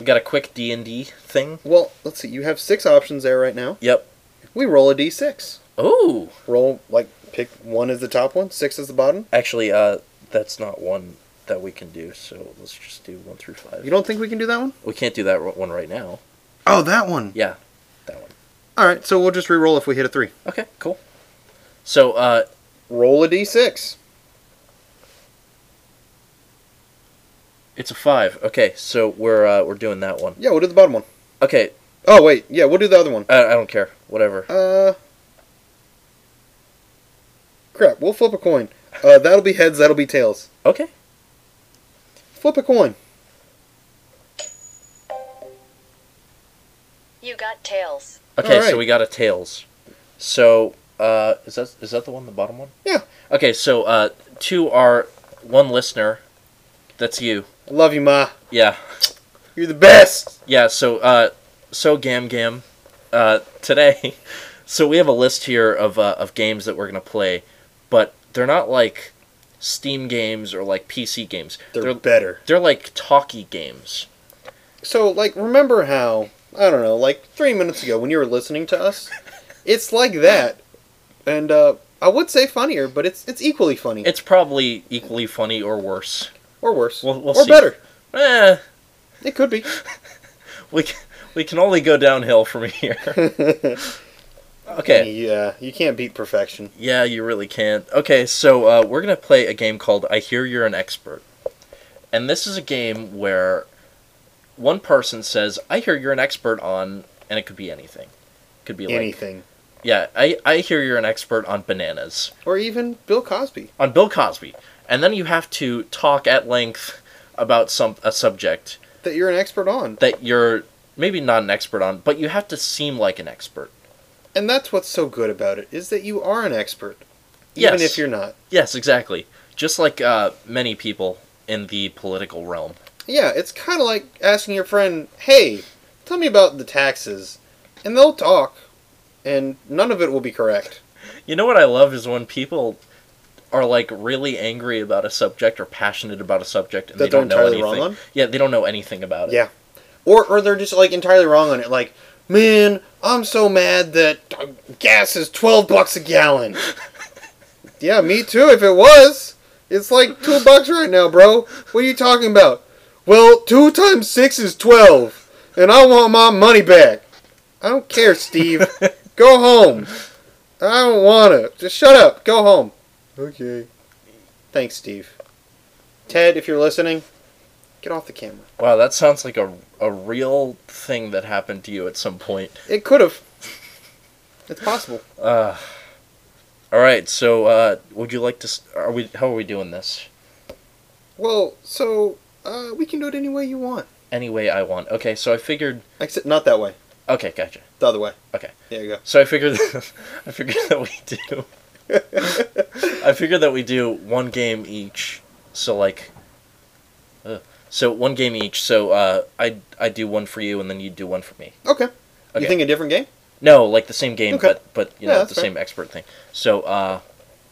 Speaker 2: we got a quick D and D thing.
Speaker 1: Well, let's see. You have six options there right now.
Speaker 2: Yep.
Speaker 1: We roll a d6.
Speaker 2: Oh,
Speaker 1: Roll like pick one as the top one, six as the bottom.
Speaker 2: actually, uh, that's not one that we can do. So let's just do one through
Speaker 1: You
Speaker 2: five.
Speaker 1: don't think we can do that one?
Speaker 2: We can't do that ro- one right now.
Speaker 1: Oh, that one.
Speaker 2: Yeah, that one.
Speaker 1: All right, so we'll just re-roll if we hit a three.
Speaker 2: Okay, cool. So, uh,
Speaker 1: Roll a d6.
Speaker 2: it's a five. Okay, so we're uh, we're doing that one.
Speaker 1: Yeah, we'll do the bottom one.
Speaker 2: Okay,
Speaker 1: Oh wait, yeah, we'll do the other one.
Speaker 2: I, I don't care. Whatever.
Speaker 1: Uh, crap. We'll flip a coin. Uh, that'll be heads. That'll be tails.
Speaker 2: Okay.
Speaker 1: Flip a coin.
Speaker 3: You got tails.
Speaker 2: Okay,
Speaker 1: Alright.
Speaker 2: so we got a tails. So uh, is that is that the one, the bottom one?
Speaker 1: Yeah.
Speaker 2: Okay, so uh, to our one listener, that's you.
Speaker 1: I love you, ma.
Speaker 2: Yeah,
Speaker 1: You're the best.
Speaker 2: yeah. So uh, so gam gam, uh, today. So we have a list here of uh, of games that we're gonna play, but they're not like Steam games or like PC games.
Speaker 1: They're,
Speaker 2: they're,
Speaker 1: better.
Speaker 2: they're like talkie games.
Speaker 1: So, like, remember how I don't know, like three minutes ago when you were listening to us, it's like that, and uh, I would say funnier, but it's it's equally funny
Speaker 2: It's probably equally funny or worse.
Speaker 1: or worse
Speaker 2: We'll- we'll
Speaker 1: or
Speaker 2: see.
Speaker 1: better.
Speaker 2: Eh,
Speaker 1: It could be.
Speaker 2: we c- we can only go downhill from here. okay.
Speaker 1: Yeah, you can't beat perfection.
Speaker 2: Yeah, you really can't. Okay, so uh, we're gonna play a game called "I Hear You're an Expert," and this is a game where one person says, "I hear you're an expert on," and it could be anything. Could be like,
Speaker 1: Anything.
Speaker 2: yeah, I I hear you're an expert on bananas,
Speaker 1: or even Bill Cosby.
Speaker 2: on Bill Cosby, and then you have to talk at length about some a subject
Speaker 1: that you're an expert on.
Speaker 2: that you're maybe not an expert on, but you have to seem like an expert.
Speaker 1: And that's what's so good about it is that you are an expert, even
Speaker 2: Yes.
Speaker 1: if you're not.
Speaker 2: Yes, exactly. Just like uh, many people in the political realm.
Speaker 1: Yeah, it's kind of like asking your friend, "Hey, tell me about the taxes," and they'll talk, and none of it will be correct.
Speaker 2: You know what I love is when people are like really angry about a subject or passionate about a subject and
Speaker 1: That
Speaker 2: they don't
Speaker 1: they're
Speaker 2: know
Speaker 1: entirely
Speaker 2: anything.
Speaker 1: wrong on?
Speaker 2: Yeah, they don't know anything about it.
Speaker 1: Yeah, or or they're just like entirely wrong on it. Like, man, I'm so mad that uh, gas is twelve bucks a gallon. yeah, me too. If it was, it's like two bucks right now, bro. What are you talking about? Well, two times six is twelve, and I want my money back. I don't care, Steve. Go home. I don't want to. Just shut up. Go home. Okay. Thanks, Steve. Ted, if you're listening, get off the camera.
Speaker 2: Wow, that sounds like a, a real thing that happened to you at some point.
Speaker 1: It could have. It's possible.
Speaker 2: Uh, all right, so uh, would you like to? s- Are we? How are we doing this?
Speaker 1: Well, so uh, we can do it any way you want.
Speaker 2: Any way I want. Okay, so I figured.
Speaker 1: Except not that way.
Speaker 2: Okay, gotcha.
Speaker 1: The other way.
Speaker 2: Okay.
Speaker 1: There you go.
Speaker 2: So I figured. I figured that we do. I figured that we do one game each. So like. Uh, so one game each. So uh, I I do one for you, and then you do one for me.
Speaker 1: Okay.
Speaker 2: Okay.
Speaker 1: You think a different game?
Speaker 2: No, like the same game,
Speaker 1: Okay.
Speaker 2: but but you
Speaker 1: Yeah,
Speaker 2: know
Speaker 1: that's
Speaker 2: the
Speaker 1: fair.
Speaker 2: same expert thing. So uh,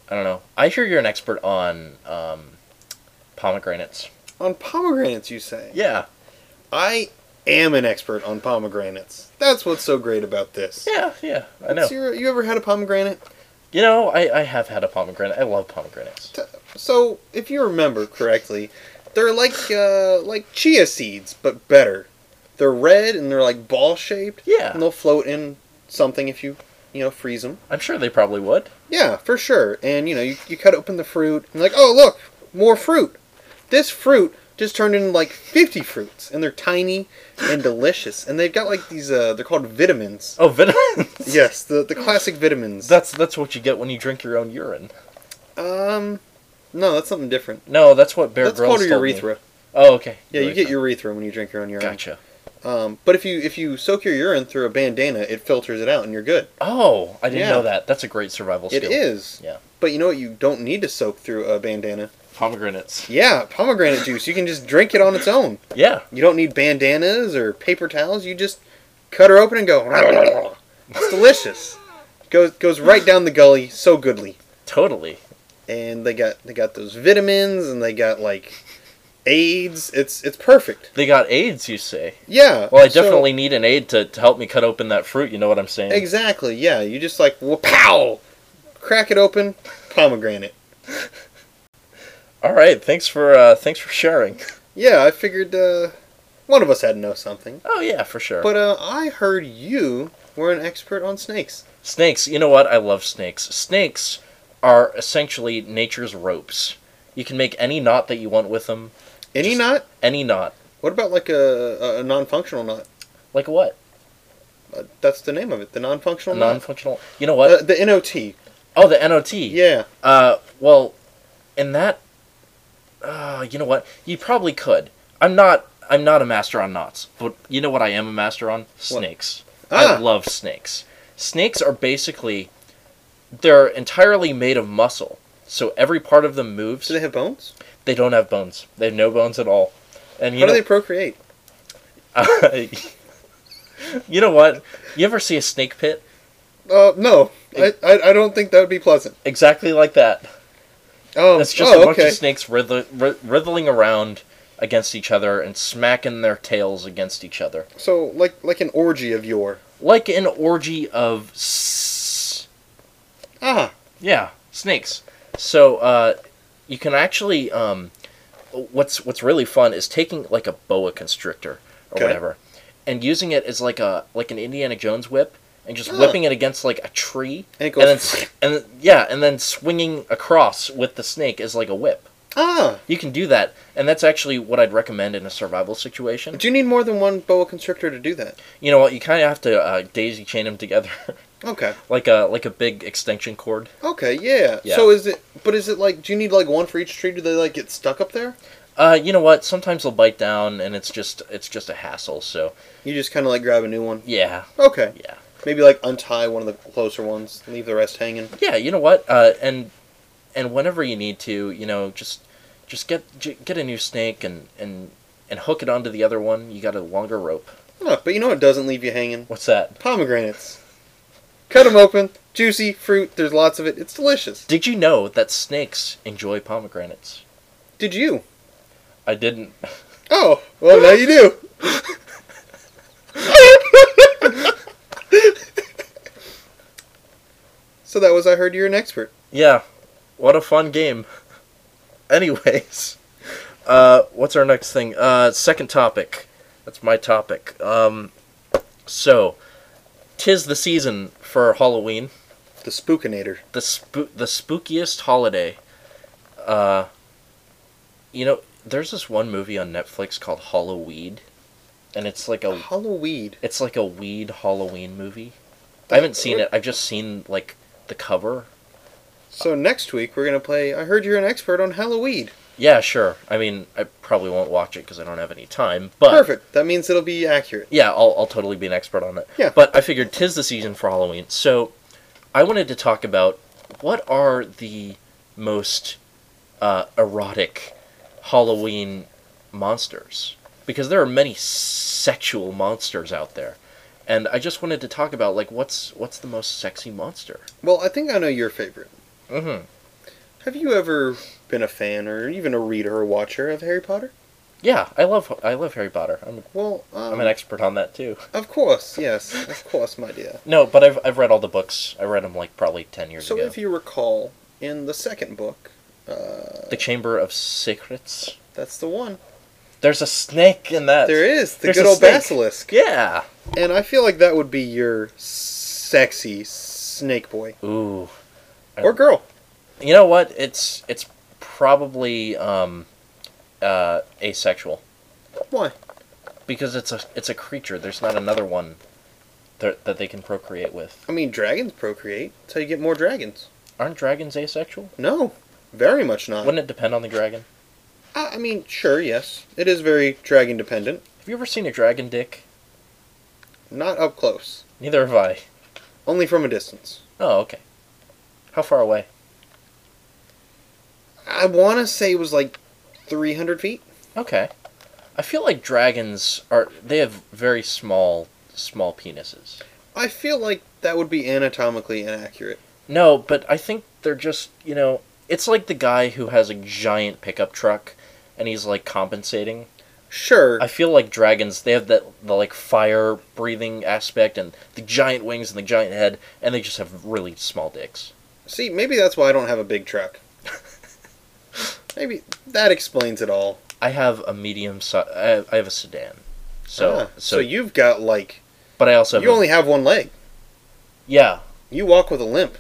Speaker 2: I don't know. I hear you're an expert on um, pomegranates.
Speaker 1: On pomegranates, you say?
Speaker 2: Yeah,
Speaker 1: I am an expert on pomegranates. That's what's so great about this.
Speaker 2: yeah, yeah. I know.
Speaker 1: So you're- you ever had a pomegranate?
Speaker 2: You know, I I have had a pomegranate. I love pomegranates.
Speaker 1: T- So, if you remember correctly, they're like uh, like chia seeds, but better. They're red and they're like ball shaped.
Speaker 2: Yeah,
Speaker 1: And they'll float in something if you you know freeze them.
Speaker 2: I'm sure they probably would.
Speaker 1: Yeah, for sure. And you know you, you cut open the fruit and like oh look more fruit. This fruit just turned into like fifty fruits and they're tiny and delicious and they've got like these uh, they're called vitamins.
Speaker 2: Oh, vitamins.
Speaker 1: Yes, the the classic vitamins.
Speaker 2: That's that's what you get when you drink your own urine.
Speaker 1: um, no, that's something different.
Speaker 2: No, that's what Bear
Speaker 1: that's
Speaker 2: Grylls
Speaker 1: called a
Speaker 2: told me.
Speaker 1: urethra.
Speaker 2: Oh, okay.
Speaker 1: Yeah, you get
Speaker 2: Urethra.
Speaker 1: urethra when you drink your own urine.
Speaker 2: Gotcha.
Speaker 1: Um, but if you if you soak your urine through a bandana, it filters it out and you're good.
Speaker 2: Oh, I didn't
Speaker 1: Yeah.
Speaker 2: know that. That's a great survival skill.
Speaker 1: It is.
Speaker 2: Yeah.
Speaker 1: But you know what? You don't need to soak through a bandana.
Speaker 2: Pomegranates.
Speaker 1: Yeah, pomegranate juice. You can just drink it on its own.
Speaker 2: Yeah.
Speaker 1: You don't need bandanas or paper towels. You just cut her open and go. It's delicious. goes goes right down the gully so goodly.
Speaker 2: Totally.
Speaker 1: And they got they got those vitamins and they got like AIDS. It's it's perfect.
Speaker 2: They got AIDS, you say.
Speaker 1: Yeah.
Speaker 2: Well, I
Speaker 1: so-
Speaker 2: definitely need an aid to, to help me cut open that fruit. You know what I'm saying?
Speaker 1: Exactly. Yeah. You just like wha- pow, crack it open, pomegranate.
Speaker 2: All right. Thanks for uh, thanks for sharing.
Speaker 1: Yeah, I figured uh, one of us had to know something.
Speaker 2: Oh yeah, for sure.
Speaker 1: But uh, I heard you were an expert on snakes.
Speaker 2: snakes. You know what? I love snakes. Snakes are essentially nature's ropes. You can make any knot that you want with them.
Speaker 1: Any
Speaker 2: Just-
Speaker 1: knot?
Speaker 2: Any knot.
Speaker 1: What about like a, a- a non-functional knot?
Speaker 2: Like what?
Speaker 1: Uh, that's the name of it. The
Speaker 2: A
Speaker 1: non-functional knot.
Speaker 2: non-functional. You know what?
Speaker 1: Uh, the NOT.
Speaker 2: oh, the NOT.
Speaker 1: Yeah.
Speaker 2: Uh, well, in that, uh, you know what? You probably could. I'm not. I'm not a master on knots, but you know what? I am a master on snakes. I
Speaker 1: Ah.
Speaker 2: love snakes. Snakes are basically, they're entirely made of muscle. So every part of them moves.
Speaker 1: Do they have bones?
Speaker 2: They don't have bones. They have no bones at all. And you
Speaker 1: How
Speaker 2: know,
Speaker 1: do they procreate?
Speaker 2: you know what? You ever see a snake pit?
Speaker 1: Uh, no. I, I, I don't think that would be pleasant.
Speaker 2: Exactly like that.
Speaker 1: Oh,
Speaker 2: It's just
Speaker 1: oh,
Speaker 2: a bunch
Speaker 1: okay.
Speaker 2: of snakes writhing, writhing around against each other and smacking their tails against each other,
Speaker 1: So like like an orgy of yore.
Speaker 2: like an orgy of s-
Speaker 1: Ah,
Speaker 2: yeah snakes. So uh, you can actually um, what's what's really fun is taking like a boa constrictor or
Speaker 1: Okay.
Speaker 2: whatever, and using it as like a like an Indiana Jones whip and just
Speaker 1: Ah.
Speaker 2: whipping it against like a tree
Speaker 1: and it
Speaker 2: and
Speaker 1: goes.
Speaker 2: then s- and then- yeah and then swinging across with the snake as like a whip.
Speaker 1: ah,
Speaker 2: You can do that, and that's actually what I'd recommend in a survival situation.
Speaker 1: do you need more than one boa constrictor to do that?
Speaker 2: You know what? You kind of have to uh, daisy chain them together,
Speaker 1: Okay.
Speaker 2: like a like a big extension cord.
Speaker 1: Okay, yeah.
Speaker 2: Yeah.
Speaker 1: So is it? But is it like? Do you need like one for each tree? Do they like get stuck up there?
Speaker 2: Uh, you know what? Sometimes they'll bite down, and it's just it's just a hassle. So
Speaker 1: You just kind of like grab a new one.
Speaker 2: yeah,
Speaker 1: Okay.
Speaker 2: Yeah.
Speaker 1: Maybe like untie one of the closer ones, leave the rest hanging.
Speaker 2: yeah. You know what? Uh, and and whenever you need to, you know, just just get j- get a new snake and and and hook it onto the other one. You got a longer rope.
Speaker 1: Huh, Ah, but you know what doesn't leave you hanging?
Speaker 2: What's that?
Speaker 1: Pomegranates. Cut them open. Juicy fruit. There's lots of it. It's delicious.
Speaker 2: Did you know that snakes enjoy pomegranates?
Speaker 1: Did you?
Speaker 2: I didn't.
Speaker 1: Oh, well now you do. so that was I heard you're an expert.
Speaker 2: Yeah, what a fun game. Anyways, uh, what's our next thing? Uh, second topic. That's my topic. Um, so, tis the season for Halloween.
Speaker 1: The Spookinator.
Speaker 2: the spook the spookiest holiday. Uh, you know, there's this one movie on Netflix called Halloween, and it's like a
Speaker 1: Halloween.
Speaker 2: it's like a weed Halloween movie. I haven't seen it. I've just seen like the cover.
Speaker 1: So next week we're gonna play. I heard you're an expert on Halloween.
Speaker 2: Yeah, sure. I mean, I probably won't watch it because I don't have any time. But
Speaker 1: Perfect. That means it'll be accurate.
Speaker 2: yeah, I'll I'll totally be an expert on it.
Speaker 1: Yeah.
Speaker 2: But I figured tis the season for Halloween, so I wanted to talk about what are the most uh, erotic Halloween monsters because there are many sexual monsters out there, and I just wanted to talk about like what's what's the most sexy monster.
Speaker 1: Well, I think I know your favorite.
Speaker 2: Mm-hmm.
Speaker 1: Have you ever been a fan or even a reader or watcher of Harry Potter?
Speaker 2: Yeah, I love I love Harry Potter. I'm
Speaker 1: Well, um,
Speaker 2: I'm an expert on that too.
Speaker 1: of course, yes, of course, my dear.
Speaker 2: No, but I've I've read all the books. I read them like probably ten years
Speaker 1: So
Speaker 2: ago.
Speaker 1: if you recall, in the second book, uh,
Speaker 2: the Chamber of Secrets.
Speaker 1: that's the one.
Speaker 2: There's a snake in that.
Speaker 1: There is the
Speaker 2: There's
Speaker 1: good
Speaker 2: a
Speaker 1: old
Speaker 2: snake.
Speaker 1: basilisk,
Speaker 2: Yeah.
Speaker 1: and I feel like that would be your sexy snake boy
Speaker 2: Ooh. Oh.
Speaker 1: or girl.
Speaker 2: You know what? It's it's probably um, uh, asexual
Speaker 1: Why?
Speaker 2: because it's a it's a creature. There's not another one that that they can procreate with.
Speaker 1: I mean, dragons procreate. That's how you get more dragons.
Speaker 2: Aren't dragons asexual?
Speaker 1: No, very much not.
Speaker 2: Wouldn't it depend on the dragon?
Speaker 1: I, I mean, sure, yes, it is very dragon dependent.
Speaker 2: Have you ever seen a dragon dick?
Speaker 1: Not up close,
Speaker 2: Neither have I.
Speaker 1: only from a distance.
Speaker 2: Oh, okay. How far away?
Speaker 1: I want to say it was like 300 feet.
Speaker 2: Okay. I feel like dragons are they have very small small penises.
Speaker 1: I feel like that would be anatomically inaccurate.
Speaker 2: No, but I think they're just, you know, it's like the guy who has a giant pickup truck and he's like compensating.
Speaker 1: Sure,
Speaker 2: I feel like dragons, they have that the like fire breathing aspect and the giant wings and the giant head and they just have really small dicks.
Speaker 1: See, maybe that's why I don't have a big truck. maybe that explains it all.
Speaker 2: I have a medium size I have, I have a sedan. So
Speaker 1: Ah,
Speaker 2: so,
Speaker 1: so you've got like
Speaker 2: but I also have
Speaker 1: you
Speaker 2: a-
Speaker 1: only have one leg.
Speaker 2: Yeah.
Speaker 1: You walk with a limp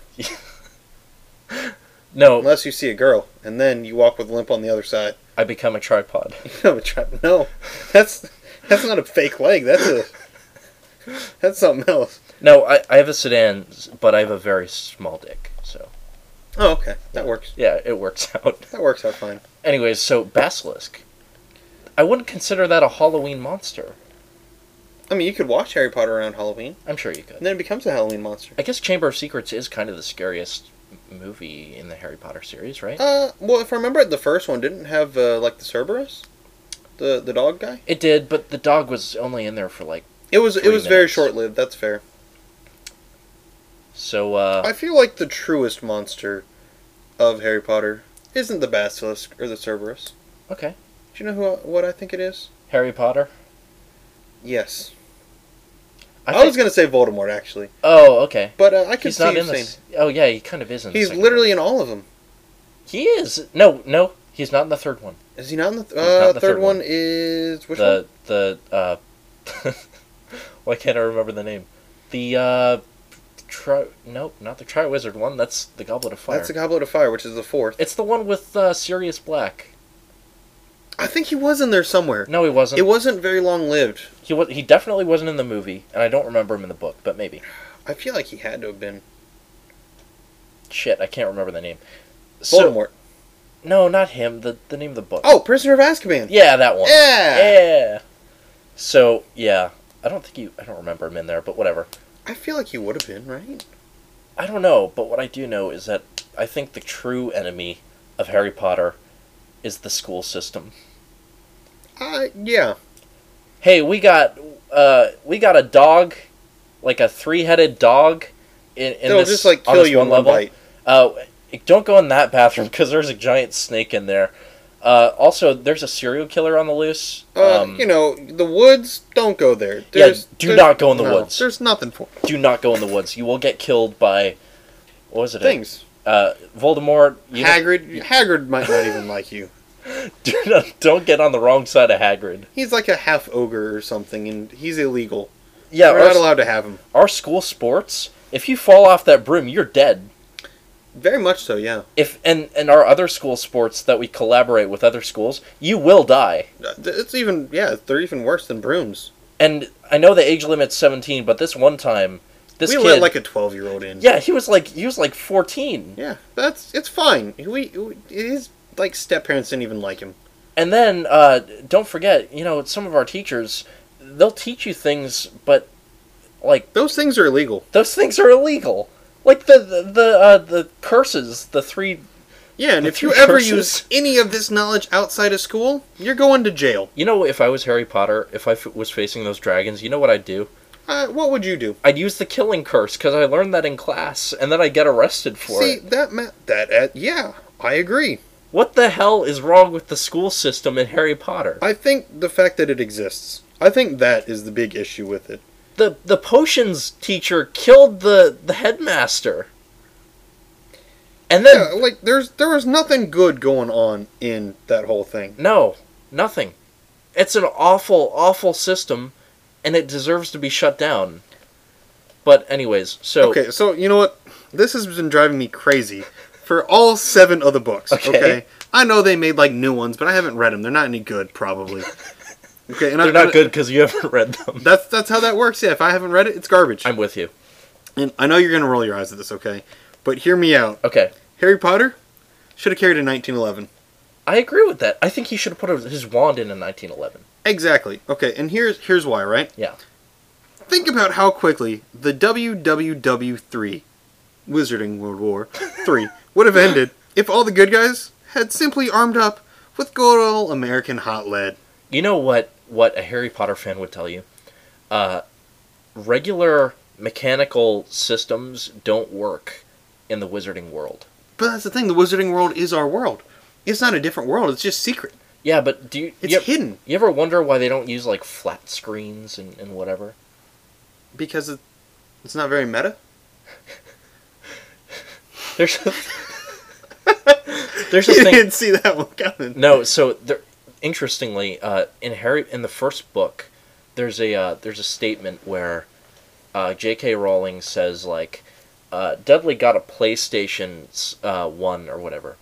Speaker 2: No,
Speaker 1: unless you see a girl, and then you walk with a limp on the other side.
Speaker 2: I become a tripod.
Speaker 1: No, tra- no, that's that's not a fake leg. That's a that's something else.
Speaker 2: No, I, I have a sedan, but I have a very small dick. So
Speaker 1: Oh, okay, that works.
Speaker 2: yeah, it works out.
Speaker 1: That works out fine.
Speaker 2: Anyways, so basilisk. I wouldn't consider that a Halloween monster.
Speaker 1: I mean, you could watch Harry Potter around Halloween,
Speaker 2: I'm sure you
Speaker 1: and
Speaker 2: could.
Speaker 1: then it becomes a Halloween monster.
Speaker 2: I guess Chamber of Secrets is kind of the scariest m- movie in the Harry Potter series, right?
Speaker 1: Uh, well, if I remember it, the first one didn't have uh, like the Cerberus, the the dog guy.
Speaker 2: It did, but the dog was only in there for like
Speaker 1: It was it
Speaker 2: Three
Speaker 1: was very
Speaker 2: minutes.
Speaker 1: short lived. That's fair.
Speaker 2: so. uh
Speaker 1: I feel like the truest monster of Harry Potter isn't the basilisk or the Cerberus.
Speaker 2: Okay,
Speaker 1: Do you know who I, what I think it is?
Speaker 2: Harry Potter.
Speaker 1: Yes,
Speaker 2: I,
Speaker 1: I,
Speaker 2: think-
Speaker 1: was gonna say Voldemort actually,
Speaker 2: Oh, okay.
Speaker 1: but uh, I could
Speaker 2: He's
Speaker 1: see
Speaker 2: not
Speaker 1: you
Speaker 2: in
Speaker 1: saying
Speaker 2: this. Oh yeah, he kind of is in. the
Speaker 1: he's
Speaker 2: second
Speaker 1: literally in all of them.
Speaker 2: one. He is. No, no, he's not in the third one.
Speaker 1: Is he not in the, th-
Speaker 2: He's not
Speaker 1: uh,
Speaker 2: in the
Speaker 1: third,
Speaker 2: third
Speaker 1: one?
Speaker 2: one.
Speaker 1: Is which
Speaker 2: the the uh, why can't I remember the name? The uh, tri nope, not the Tri Wizard one. That's the Goblet of
Speaker 1: one?
Speaker 2: Fire.
Speaker 1: That's the Goblet of Fire, which is the fourth.
Speaker 2: it's the one with uh, Sirius Black.
Speaker 1: I think he was in there somewhere.
Speaker 2: No, he wasn't.
Speaker 1: It wasn't very long lived.
Speaker 2: he was. He definitely wasn't in the movie, and I don't remember him in the book, but maybe.
Speaker 1: I feel like he had to have been
Speaker 2: Shit, I can't remember the name. So-
Speaker 1: Voldemort.
Speaker 2: no, not him. The the name of the book.
Speaker 1: oh, Prisoner of Azkaban.
Speaker 2: yeah, that one.
Speaker 1: Yeah.
Speaker 2: Yeah. So yeah, I don't think you. I don't remember him in there, but whatever.
Speaker 1: I feel like he would have been right.
Speaker 2: I don't know, but what I do know is that I think the true enemy of Harry Potter is the school system.
Speaker 1: Uh, yeah.
Speaker 2: Hey, we got uh, we got a dog, like a three-headed dog, in, in
Speaker 1: They'll
Speaker 2: this
Speaker 1: just like
Speaker 2: on
Speaker 1: kill
Speaker 2: this
Speaker 1: you in one
Speaker 2: level.
Speaker 1: bite.
Speaker 2: Uh, don't go in that bathroom because there's a giant snake in there. Uh, also, there's a serial killer on the loose.
Speaker 1: Uh,
Speaker 2: um,
Speaker 1: you know, the woods, don't go there.
Speaker 2: do not go in the woods.
Speaker 1: There's nothing for
Speaker 2: do not go in the woods. You will get killed by what was it?
Speaker 1: things.
Speaker 2: Uh, Voldemort. You don't-
Speaker 1: Hagrid, Hagrid might not even like you.
Speaker 2: do not, don't get on the wrong side of Hagrid.
Speaker 1: He's like a half ogre or something, and he's illegal.
Speaker 2: Yeah,
Speaker 1: We're
Speaker 2: or
Speaker 1: not allowed to have him.
Speaker 2: our school sports If you fall off that broom, you're dead.
Speaker 1: Very much so, yeah.
Speaker 2: If and and our other school sports that we collaborate with other schools, you will die.
Speaker 1: Uh, th- It's even, yeah, they're even worse than brooms.
Speaker 2: And I know the age limit's 17, but this one time, this
Speaker 1: we
Speaker 2: kid,
Speaker 1: let like a 12 year old in.
Speaker 2: yeah, he was like he was like 14.
Speaker 1: Yeah, that's, it's fine. We, we his, like, step parents didn't even like him.
Speaker 2: And then uh, don't forget, you know, some of our teachers, they'll teach you things, but like
Speaker 1: Those things are illegal.
Speaker 2: those things are illegal. Like the the the, uh, the curses, the three.
Speaker 1: Yeah, and
Speaker 2: The
Speaker 1: if you
Speaker 2: three
Speaker 1: ever
Speaker 2: curses.
Speaker 1: use any of this knowledge outside of school, you're going to jail.
Speaker 2: You know, if I was Harry Potter, if I f- was facing those dragons, you know what I'd do?
Speaker 1: Uh, what would you do?
Speaker 2: I'd use the killing curse because I learned that in class, and then I get arrested for
Speaker 1: See
Speaker 2: it.
Speaker 1: that ma- that uh, yeah, I agree.
Speaker 2: What the hell is wrong with the school system in Harry Potter?
Speaker 1: I think the fact that it exists, I think that is the big issue with it.
Speaker 2: The the potions teacher killed the the headmaster, and then
Speaker 1: Yeah, like there's there was nothing good going on in that whole thing.
Speaker 2: No, nothing. It's an awful, awful system, and it deserves to be shut down. But anyways, so
Speaker 1: Okay, so you know what? This has been driving me crazy for all seven of the books. Okay.
Speaker 2: Okay.
Speaker 1: I know they made like new ones, but I haven't read them. They're not any good, probably. Okay, and I-
Speaker 2: they're not
Speaker 1: I-
Speaker 2: good because you haven't read them.
Speaker 1: That's that's how that works. Yeah, if I haven't read it, it's garbage.
Speaker 2: I'm with you.
Speaker 1: And I know you're gonna roll your eyes at this, okay? But hear me out.
Speaker 2: Okay,
Speaker 1: Harry Potter should have carried a 1911.
Speaker 2: I agree with that. I think he should have put his wand in in 1911.
Speaker 1: Exactly. Okay, and here's here's why, right?
Speaker 2: Yeah.
Speaker 1: Think about how quickly the WWW3 Wizarding World War 3 would have ended if all the good guys had simply armed up with good old American hot lead.
Speaker 2: You know what? What a Harry Potter fan would tell you: uh, regular mechanical systems don't work in the wizarding world.
Speaker 1: But that's the thing, the wizarding world is our world. It's not a different world, it's just secret.
Speaker 2: Yeah, but do you?
Speaker 1: It's
Speaker 2: you,
Speaker 1: hidden
Speaker 2: you ever wonder why they don't use like flat screens and, and whatever?
Speaker 1: because it- it's not very meta.
Speaker 2: There's a, there's a
Speaker 1: You
Speaker 2: thing.
Speaker 1: didn't see that one coming.
Speaker 2: No, so there, interestingly, uh, in Harry in the first book, there's a uh, there's a statement where uh, J.K. Rowling says like uh, Dudley got a PlayStation uh, one or whatever,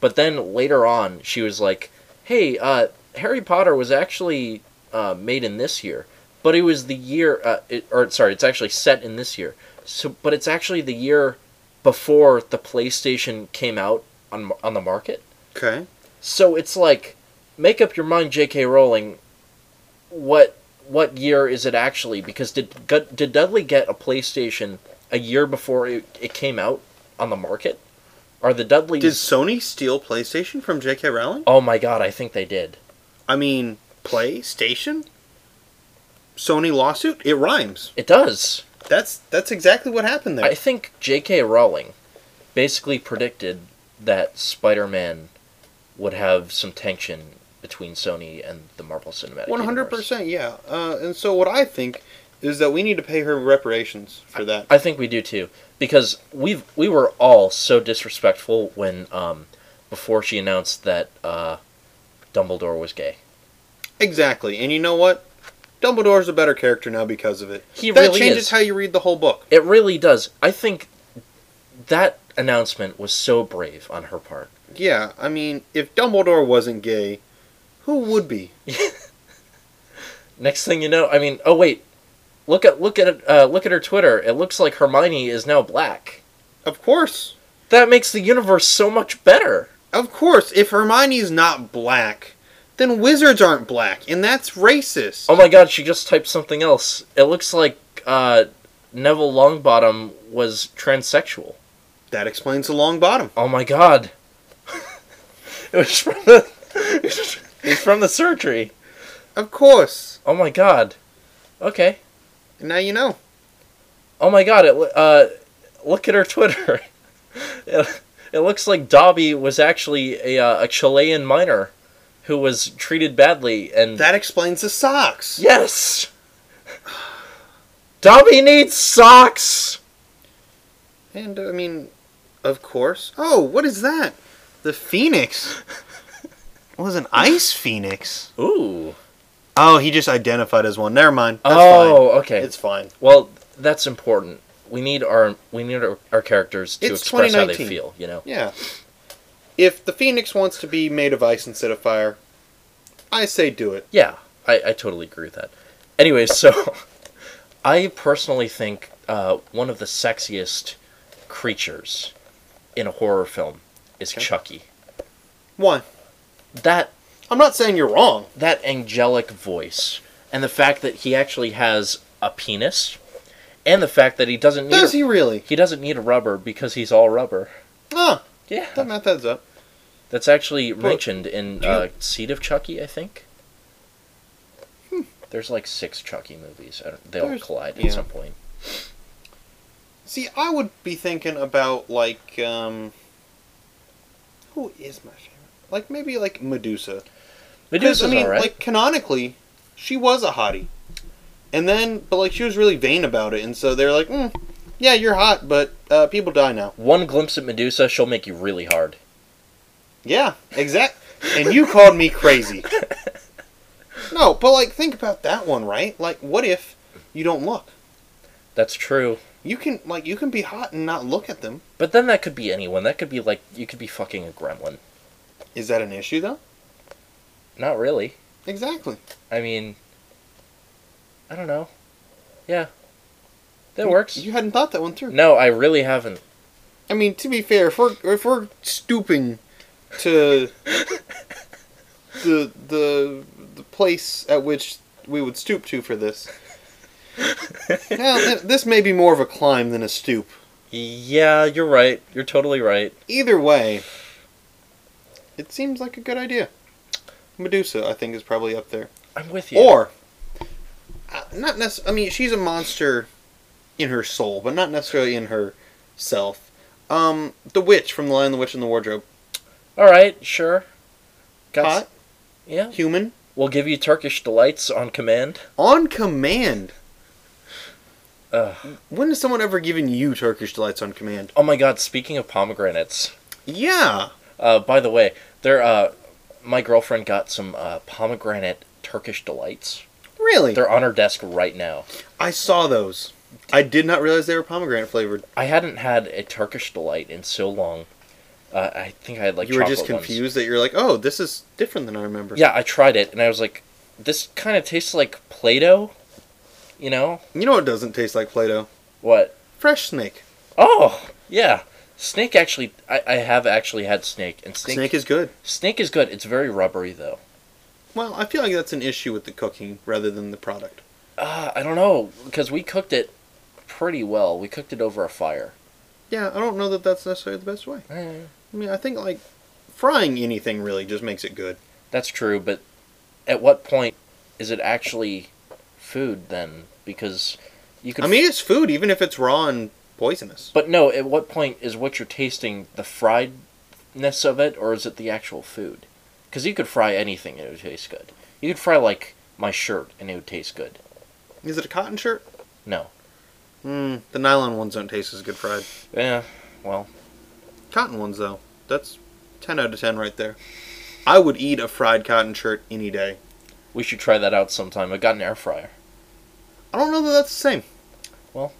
Speaker 2: but then later on she was like, hey, uh, Harry Potter was actually uh, made in this year, but it was the year uh, it, or sorry, it's actually set in this year. So, but it's actually the year before the PlayStation came out on on the market.
Speaker 1: Okay.
Speaker 2: So it's like, make up your mind, J.K. Rowling. What what year is it actually? Because did gu- did Dudley get a PlayStation a year before it, it came out on the market? Are the Dudleys?
Speaker 1: Did Sony steal PlayStation from J.K. Rowling?
Speaker 2: oh my God, I think they did.
Speaker 1: I mean, PlayStation? Sony lawsuit? It rhymes.
Speaker 2: It does.
Speaker 1: That's that's exactly what happened there.
Speaker 2: I think J.K. Rowling basically predicted that Spider-Man would have some tension between Sony and the Marvel Cinematic.
Speaker 1: One hundred
Speaker 2: Universe.
Speaker 1: percent, yeah. Uh, and so what I think is that we need to pay her reparations for that.
Speaker 2: I think we do too, because we have we were all so disrespectful when um, before she announced that uh, Dumbledore was gay.
Speaker 1: Exactly. And you know what? Dumbledore's a better character now because of it.
Speaker 2: He
Speaker 1: that
Speaker 2: really
Speaker 1: changes
Speaker 2: is.
Speaker 1: how you read the whole book.
Speaker 2: It really does. I think that announcement was so brave on her part.
Speaker 1: Yeah, I mean, if Dumbledore wasn't gay, who would be?
Speaker 2: Next thing you know, I mean, oh wait, look at look at uh, look at her Twitter. It looks like Hermione is now black.
Speaker 1: Of course.
Speaker 2: That makes the universe so much better.
Speaker 1: Of course, if Hermione's not black, then wizards aren't black, and that's racist.
Speaker 2: Oh my god, she just typed something else. It looks like uh, Neville Longbottom was transsexual.
Speaker 1: That explains the long bottom.
Speaker 2: Oh my god. it was from the it was from the surgery.
Speaker 1: Of course.
Speaker 2: Oh my god. Okay.
Speaker 1: Now you know.
Speaker 2: Oh my god, it lo- uh look at her Twitter. it, it looks like Dobby was actually a uh, a Chilean miner who was treated badly and
Speaker 1: That explains the socks.
Speaker 2: Yes. Dobby needs socks.
Speaker 1: And uh, I mean, of course. Oh, what is that? The phoenix. It was an ice phoenix.
Speaker 2: Ooh.
Speaker 1: Oh, he just identified as one. Never mind. That's
Speaker 2: oh, okay.
Speaker 1: fine. It's fine.
Speaker 2: Well, that's important. we need our we need our, our characters to
Speaker 1: It's
Speaker 2: express how they
Speaker 1: 2019.
Speaker 2: feel. You know,
Speaker 1: Yeah. If the Phoenix wants to be made of ice instead of fire, I say do it.
Speaker 2: yeah, I, I totally agree with that. Anyway, so I personally think uh, one of the sexiest creatures in a horror film is
Speaker 1: Okay.
Speaker 2: Chucky.
Speaker 1: Why?
Speaker 2: That
Speaker 1: I'm not saying you're wrong.
Speaker 2: that angelic voice and the fact that he actually has a penis and the fact that he doesn't need
Speaker 1: Does
Speaker 2: a,
Speaker 1: he really?
Speaker 2: he doesn't need a rubber because he's all rubber.
Speaker 1: Ah, that
Speaker 2: Yeah.
Speaker 1: math adds up.
Speaker 2: That's actually
Speaker 1: Well,
Speaker 2: mentioned in
Speaker 1: do
Speaker 2: uh, Seed of Chucky, I think. There's like six Chucky movies. I don't, they all
Speaker 1: Hmm. There's-
Speaker 2: collide
Speaker 1: yeah.
Speaker 2: at some point.
Speaker 1: See, I would be thinking about like um, who is my favorite? Like maybe like Medusa. 'Cause,
Speaker 2: Medusa's
Speaker 1: I mean,
Speaker 2: alright.
Speaker 1: like canonically, she was a hottie, and then but like she was really vain about it, and so they're like, mm, yeah, you're hot, but uh, people die now.
Speaker 2: One glimpse at Medusa, she'll make you really hard.
Speaker 1: Yeah, exact. and you called me crazy. No, but like think about that one, right? Like, what if you don't look?
Speaker 2: That's true.
Speaker 1: You can like you can be hot and not look at them.
Speaker 2: But then that could be anyone. That could be like you could be fucking a gremlin.
Speaker 1: Is that an issue though?
Speaker 2: Not really.
Speaker 1: Exactly.
Speaker 2: I mean, I don't know. Yeah, that works.
Speaker 1: You hadn't thought that one through.
Speaker 2: No, I really haven't.
Speaker 1: I mean, to be fair, if we're if we're stooping to the the the place at which we would stoop to for this, now th- this may be more of a climb than a stoop.
Speaker 2: Yeah, you're right. You're totally right.
Speaker 1: Either way, it seems like a good idea. Medusa, I think, is probably up there.
Speaker 2: I'm with you.
Speaker 1: Or uh, not necessarily. I mean, she's a monster in her soul, but not necessarily in herself. Um, the witch from The Lion, the Witch, and the Wardrobe.
Speaker 2: all right, sure. Got s-
Speaker 1: Hot,
Speaker 2: yeah,
Speaker 1: human,
Speaker 2: we'll give you Turkish delights on command.
Speaker 1: on command.
Speaker 2: Ugh.
Speaker 1: When has someone ever given you Turkish delights on command?
Speaker 2: Oh my God! Speaking of pomegranates,
Speaker 1: Yeah,
Speaker 2: uh, by the way, there, uh, my girlfriend got some uh, pomegranate Turkish delights.
Speaker 1: really.
Speaker 2: They're on her desk right now.
Speaker 1: I saw those. I did not realize they were pomegranate flavored.
Speaker 2: I hadn't had a Turkish delight in so long. Uh, I think I had like
Speaker 1: you were just
Speaker 2: chocolate ones.
Speaker 1: confused that you're like, oh, this is different than I remember.
Speaker 2: Yeah, I tried it and I was like, this kind of tastes like Play Doh. You know?
Speaker 1: You know what doesn't taste like Play-Doh?
Speaker 2: What?
Speaker 1: Fresh snake.
Speaker 2: Oh, yeah. Snake actually, I, I have actually had snake. And snake,
Speaker 1: Snake is good.
Speaker 2: snake is good. It's very rubbery though.
Speaker 1: Well, I feel like that's an issue with the cooking rather than the product.
Speaker 2: Uh, I don't know, because we cooked it pretty well. We cooked it over a fire.
Speaker 1: Yeah, I don't know that that's necessarily the best way.
Speaker 2: Eh,
Speaker 1: I mean, I think like frying anything really just makes it good.
Speaker 2: That's true, but at what point is it actually food then? Because you could.
Speaker 1: I mean, it's food even if it's raw and poisonous.
Speaker 2: But no, at what point is what you're tasting the friedness of it, or is it the actual food? Because you could fry anything and it would taste good. You could fry like my shirt and it would taste good.
Speaker 1: Is it a cotton shirt?
Speaker 2: No.
Speaker 1: Mm, the nylon ones don't taste as good fried.
Speaker 2: Yeah. Well.
Speaker 1: Cotton ones, though, that's 10 out of 10 right there. I would eat a fried cotton shirt any day.
Speaker 2: We should try that out sometime. I got an air fryer.
Speaker 1: I don't know that that's the same.
Speaker 2: Well.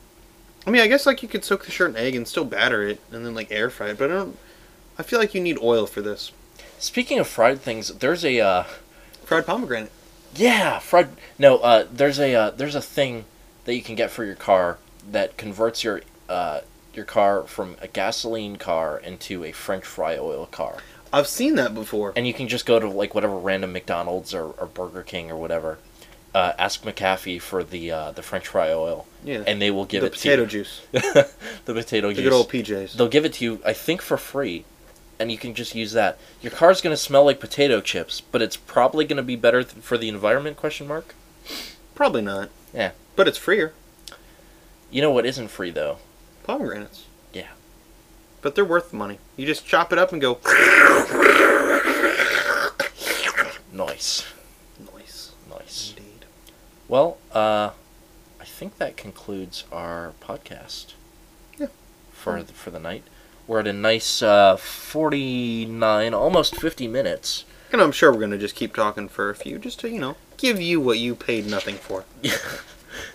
Speaker 1: I mean, I guess, like, you could soak the shirt in egg and still batter it and then, like, air fry it, but I don't. I feel like you need oil for this.
Speaker 2: Speaking of fried things, there's a uh,
Speaker 1: Fried pomegranate.
Speaker 2: yeah fried. No, uh, there's a uh, there's a thing that you can get for your car that converts your uh, your car from a gasoline car into a French fry oil car.
Speaker 1: I've seen that before.
Speaker 2: and you can just go to like whatever random McDonald's or, or Burger King or whatever. Uh, ask McAfee for the uh, the French fry oil,
Speaker 1: Yeah.
Speaker 2: and they will give
Speaker 1: the
Speaker 2: it
Speaker 1: potato
Speaker 2: to
Speaker 1: juice.
Speaker 2: you. the potato
Speaker 1: The
Speaker 2: juice.
Speaker 1: good old PJs.
Speaker 2: They'll give it to you, I think, for free, and you can just use that. Your car's gonna smell like potato chips, but it's probably gonna be better th- for the environment? Question mark.
Speaker 1: Probably not.
Speaker 2: Yeah.
Speaker 1: But it's freer.
Speaker 2: You know what isn't free though?
Speaker 1: Pomegranates.
Speaker 2: Yeah.
Speaker 1: But they're worth the money. You just chop it up and go.
Speaker 2: Nice,
Speaker 1: Nice.
Speaker 2: nice.
Speaker 1: Indeed.
Speaker 2: Well, uh, I think that concludes our podcast.
Speaker 1: Yeah.
Speaker 2: For the, for the night, we're at a nice uh, forty nine, almost fifty minutes.
Speaker 1: And I'm sure we're going to just keep talking for a few, just to, you know, give you what you paid nothing for.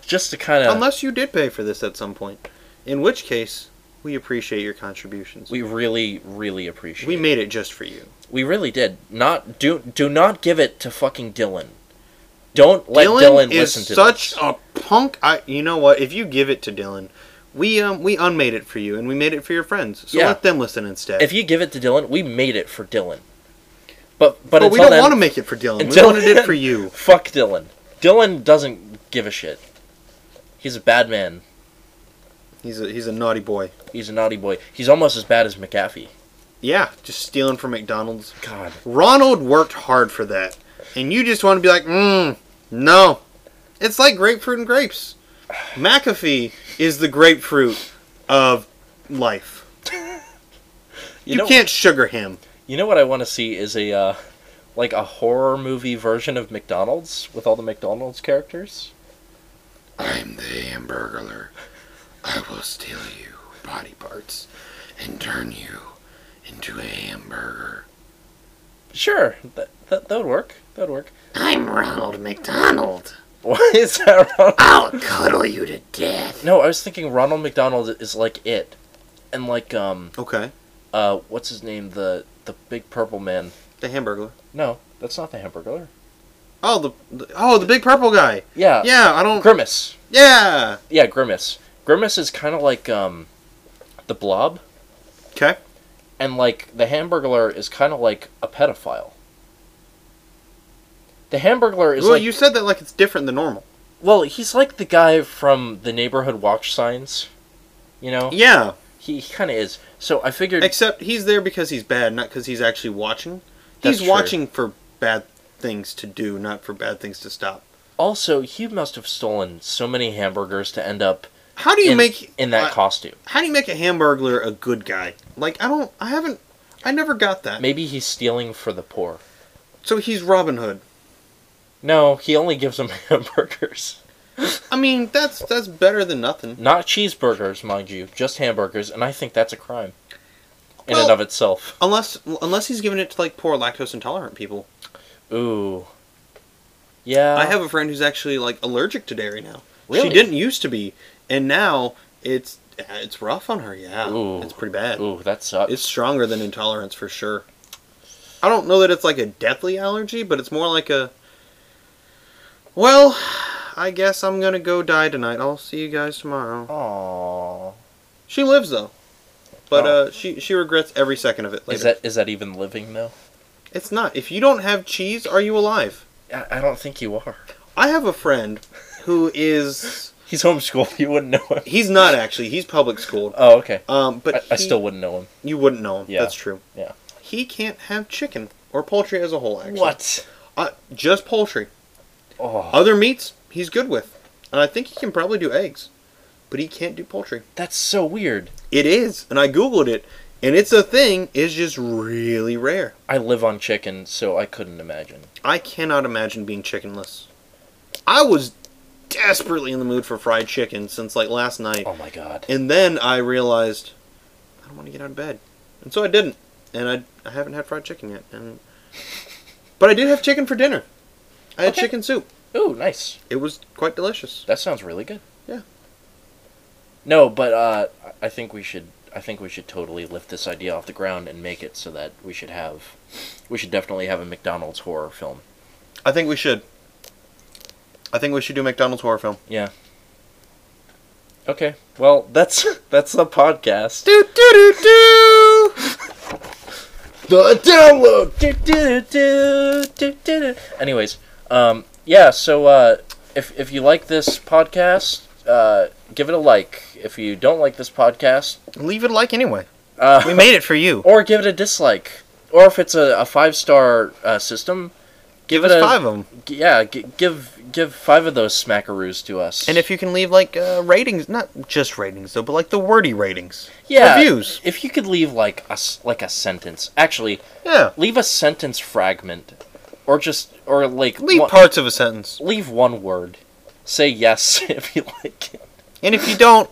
Speaker 2: Just to kind of
Speaker 1: Unless you did pay for this at some point. In which case, we appreciate your contributions.
Speaker 2: We really, really appreciate.
Speaker 1: We
Speaker 2: it.
Speaker 1: made it just for you.
Speaker 2: We really did. Not do do not give it to fucking Dylan. Don't let Dylan,
Speaker 1: Dylan, is
Speaker 2: listen to
Speaker 1: such
Speaker 2: this.
Speaker 1: a punk. I, you know what? If you give it to Dylan, we um we unmade it for you, and we made it for your friends. So
Speaker 2: Yeah.
Speaker 1: let them listen instead.
Speaker 2: If you give it to Dylan, we made it for Dylan. But but,
Speaker 1: but, we
Speaker 2: until
Speaker 1: don't
Speaker 2: then,
Speaker 1: want to make it for Dylan. We
Speaker 2: until
Speaker 1: wanted it
Speaker 2: then-
Speaker 1: for you.
Speaker 2: Fuck Dylan. Dylan doesn't give a shit. He's a bad man.
Speaker 1: He's a he's a naughty boy.
Speaker 2: He's a naughty boy. He's almost as bad as McAfee.
Speaker 1: Yeah, just stealing from McDonald's.
Speaker 2: God.
Speaker 1: Ronald worked hard for that, and you just want to be like, mm, no. It's like grapefruit and grapes. McAfee is the grapefruit of life.
Speaker 2: You,
Speaker 1: You,
Speaker 2: know,
Speaker 1: can't sugar him.
Speaker 2: You know what I want to see is a uh, like a horror movie version of McDonald's with all the McDonald's characters.
Speaker 1: I'm the hamburglar. I will steal you body parts and turn you into a hamburger.
Speaker 2: Sure, that that, that would work. That would work.
Speaker 1: I'm Ronald McDonald.
Speaker 2: Why is that wrong?
Speaker 1: I'll cuddle you to death.
Speaker 2: No, I was thinking Ronald McDonald is like it, and like um
Speaker 1: Okay.
Speaker 2: uh what's his name the the big purple man.
Speaker 1: The hamburglar.
Speaker 2: No, that's not the Hamburglar.
Speaker 1: Oh, the, the oh, the big purple guy.
Speaker 2: Yeah,
Speaker 1: Yeah, I don't.
Speaker 2: Grimace.
Speaker 1: Yeah.
Speaker 2: Yeah, Grimace. Grimace is kind of like um the Blob,
Speaker 1: Okay.
Speaker 2: and like the Hamburglar is kind of like a pedophile. The Hamburglar is
Speaker 1: Well,
Speaker 2: like
Speaker 1: you said that like it's different than normal.
Speaker 2: well, he's like the guy from the neighborhood watch signs. You know,
Speaker 1: Yeah.
Speaker 2: he, he kind of is. So I figured
Speaker 1: Except he's there because he's bad, not because he's actually watching.
Speaker 2: That's
Speaker 1: He's
Speaker 2: true.
Speaker 1: watching for bad things to do, not for bad things to stop.
Speaker 2: also he must have stolen so many hamburgers to end up
Speaker 1: How do you
Speaker 2: in,
Speaker 1: make
Speaker 2: in that
Speaker 1: uh,
Speaker 2: costume.
Speaker 1: how do you make a hamburglar a good guy? Like I don't I haven't I never got that.
Speaker 2: Maybe he's stealing for the poor.
Speaker 1: So he's Robin Hood.
Speaker 2: No, he only gives them hamburgers.
Speaker 1: I mean, that's that's better than nothing.
Speaker 2: Not cheeseburgers, mind you, just hamburgers, and I think that's a crime. In and
Speaker 1: Well-
Speaker 2: of itself.
Speaker 1: Unless unless he's giving it to like poor lactose intolerant people.
Speaker 2: Ooh. Yeah.
Speaker 1: I have a friend who's actually like allergic to dairy now.
Speaker 2: Uh, Really?
Speaker 1: She didn't used to be, and now it's it's rough on her. Yeah,
Speaker 2: Ooh.
Speaker 1: it's pretty bad.
Speaker 2: Ooh, that sucks.
Speaker 1: It's stronger than intolerance for sure. I don't know that it's like a deathly allergy, but it's more like a. Well, I guess I'm gonna go die tonight. I'll see you guys tomorrow.
Speaker 2: Aww.
Speaker 1: She lives though, but
Speaker 2: Oh.
Speaker 1: uh, she she regrets every second of it. Later.
Speaker 2: Is that is that even living though?
Speaker 1: It's not. If you don't have cheese, are you alive?
Speaker 2: I, I don't think you are.
Speaker 1: I have a friend who is.
Speaker 2: He's homeschooled. You wouldn't know him.
Speaker 1: He's not actually. He's public schooled.
Speaker 2: Oh, okay.
Speaker 1: Um, but
Speaker 2: I, I
Speaker 1: he-
Speaker 2: still wouldn't know him.
Speaker 1: you wouldn't know him.
Speaker 2: Yeah.
Speaker 1: That's true.
Speaker 2: Yeah.
Speaker 1: He can't have chicken or poultry as a whole. Actually,
Speaker 2: What?
Speaker 1: Uh, just poultry.
Speaker 2: Oh,
Speaker 1: Other meats, he's good with. And I think he can probably do eggs, but he can't do poultry.
Speaker 2: that's so weird.
Speaker 1: It is, and I googled it, and it's a thing, it's just really rare.
Speaker 2: I live on chicken, so I couldn't imagine.
Speaker 1: I cannot imagine being chickenless. I was desperately in the mood for fried chicken since like last night,
Speaker 2: Oh my god.
Speaker 1: and then I realized I don't want to get out of bed. And so I didn't, and I, I haven't had fried chicken yet. And But I did have chicken for dinner. I had
Speaker 2: Okay.
Speaker 1: chicken soup.
Speaker 2: Ooh, nice.
Speaker 1: It was quite delicious.
Speaker 2: That sounds really good.
Speaker 1: Yeah.
Speaker 2: No, but uh, I think we should. I think we should totally lift this idea off the ground and make it so that we should have. We should definitely have a McDonald's horror film.
Speaker 1: I think we should. I think we should do McDonald's horror film.
Speaker 2: Okay. Well, that's that's the podcast.
Speaker 1: Do do do do.
Speaker 2: The download. Do, do, do, do, do, do. Anyways, um, yeah. So uh, if if you like this podcast, uh, give it a like. If you don't like this podcast,
Speaker 1: Leave it a like anyway.
Speaker 2: uh,
Speaker 1: We made it for you.
Speaker 2: or give it a dislike. Or if it's a, a five star uh, system, give, it
Speaker 1: There's
Speaker 2: a
Speaker 1: five of them.
Speaker 2: g- yeah. G- give give five of those smackaroos to us.
Speaker 1: And if you can leave like uh, ratings, not just ratings though, but like the wordy ratings.
Speaker 2: yeah,
Speaker 1: reviews.
Speaker 2: if you could leave like a s- like a sentence, actually
Speaker 1: Yeah.
Speaker 2: leave a sentence fragment, or just or like
Speaker 1: Leave
Speaker 2: one-
Speaker 1: parts of a sentence.
Speaker 2: leave one word. Say yes if you like it,
Speaker 1: And if you don't,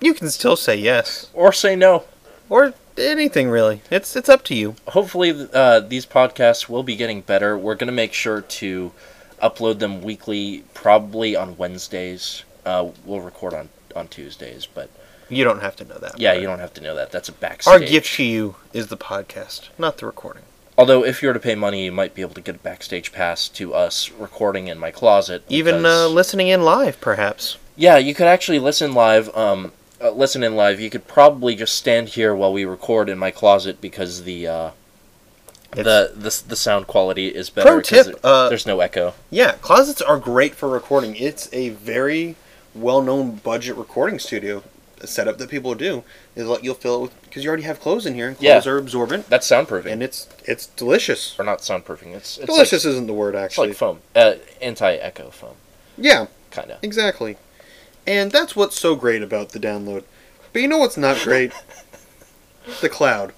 Speaker 1: you can still say yes
Speaker 2: or say no.
Speaker 1: or anything really. It's it's up to you.
Speaker 2: Hopefully, uh, these podcasts will be getting better. We're gonna make sure to upload them weekly, probably on Wednesdays. Uh, we'll record on on Tuesdays, but
Speaker 1: You don't have to know that.
Speaker 2: Yeah, you don't have to know that. That's a backstage.
Speaker 1: Uh, Our gift to you is the podcast, not the recording.
Speaker 2: Although, if you were to pay money, you might be able to get a backstage pass to us recording in my closet.
Speaker 1: Even uh,
Speaker 2: because-
Speaker 1: listening in live, perhaps.
Speaker 2: yeah, you could actually listen live. Um, uh, listen in live. You could probably just stand here while we record in my closet because the uh,
Speaker 1: It's-
Speaker 2: the, the the sound quality is better.
Speaker 1: Pro
Speaker 2: 'cause
Speaker 1: tip,
Speaker 2: it-
Speaker 1: uh,
Speaker 2: there's no echo.
Speaker 1: Yeah, closets are great for recording. It's a very well-known budget recording studio setup that people do. Is like you'll fill it with because you already have clothes in here. And clothes
Speaker 2: Yeah.
Speaker 1: are absorbent,
Speaker 2: That's soundproofing.
Speaker 1: and it's it's delicious.
Speaker 2: or not soundproofing. It's, it's
Speaker 1: delicious
Speaker 2: Like,
Speaker 1: isn't the word
Speaker 2: it's
Speaker 1: actually.
Speaker 2: like foam. Uh, anti-echo foam,
Speaker 1: yeah,
Speaker 2: kind of.
Speaker 1: exactly. And that's what's so great about the download. But you know what's not great? the cloud.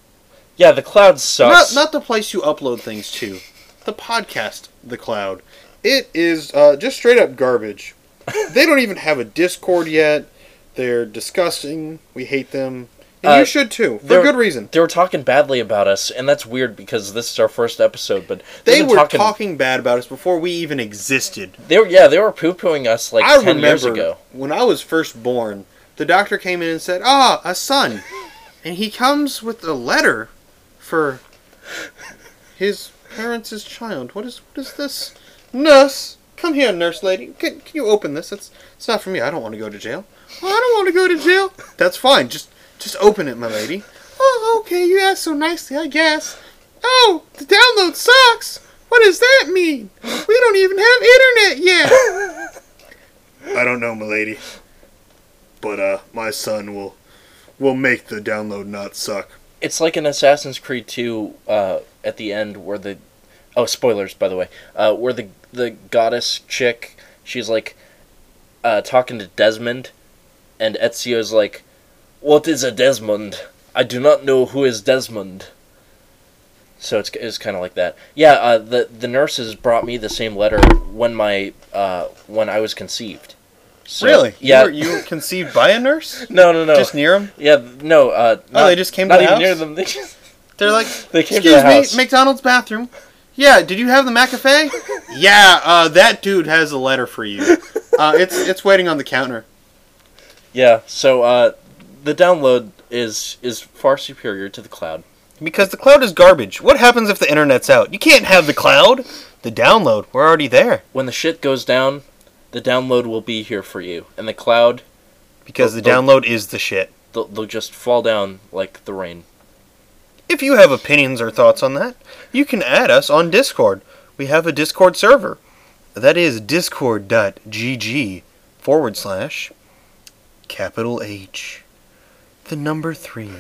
Speaker 2: Yeah, the cloud
Speaker 1: Not
Speaker 2: sucks.
Speaker 1: not the place you upload things to. The podcast, the cloud. It is uh, just straight up garbage. they don't even have a Discord yet. They're disgusting. We hate them. And
Speaker 2: Uh,
Speaker 1: you should too, for
Speaker 2: they're-
Speaker 1: good reason.
Speaker 2: they were talking badly about us, and that's weird because this is our first episode. But they've
Speaker 1: They
Speaker 2: been
Speaker 1: were talking... bad about us before we even existed.
Speaker 2: They were yeah, they were poo pooing us like
Speaker 1: I
Speaker 2: ten
Speaker 1: remember
Speaker 2: years ago.
Speaker 1: when I was first born, the doctor came in and said, "Ah, a son," and he comes with a letter for his parents' child. What is what is this? Nurse, come here, nurse lady. Can, can you open this? It's it's not for me. I don't want to go to jail. "Well, I don't want to go to jail. That's fine. Just just open it, my lady. Oh, okay. You asked so nicely, I guess. Oh, the download sucks. What does that mean? We don't even have internet yet. I don't know, milady. But uh my son will will make the download not suck.
Speaker 2: It's like an Assassin's Creed two uh, at the end where the oh spoilers by the way uh, where the the goddess chick she's like uh, talking to Desmond, and Ezio's like, "What is a Desmond? I do not know who is Desmond." So it's it's kind of like that. Yeah, uh, the the nurses brought me the same letter when my uh, when I was conceived. So,
Speaker 1: You
Speaker 2: Yeah.
Speaker 1: were, you were conceived by a nurse?
Speaker 2: no, no, no.
Speaker 1: Just near him?
Speaker 2: Yeah, no. Uh, not-
Speaker 1: they just came to
Speaker 2: not
Speaker 1: the
Speaker 2: even
Speaker 1: house?
Speaker 2: near them. They just
Speaker 1: They're like,
Speaker 2: They came
Speaker 1: excuse
Speaker 2: to the
Speaker 1: me,
Speaker 2: house."
Speaker 1: McDonald's bathroom. Yeah, did you have the McAfee? yeah, uh, that dude has a letter for you. Uh, it's it's waiting on the counter.
Speaker 2: yeah. So uh, the download is is far superior to the cloud.
Speaker 1: Because the cloud is garbage. What happens if the internet's out? You can't have the cloud. The download, we're already there.
Speaker 2: When the shit goes down, the download will be here for you, and the cloud
Speaker 1: Because
Speaker 2: the
Speaker 1: download is the shit.
Speaker 2: they'll, they'll just fall down like the rain.
Speaker 1: If you have opinions or thoughts on that, you can add us on Discord. We have a Discord server. That is discord.gg forward slash capital H, the number three,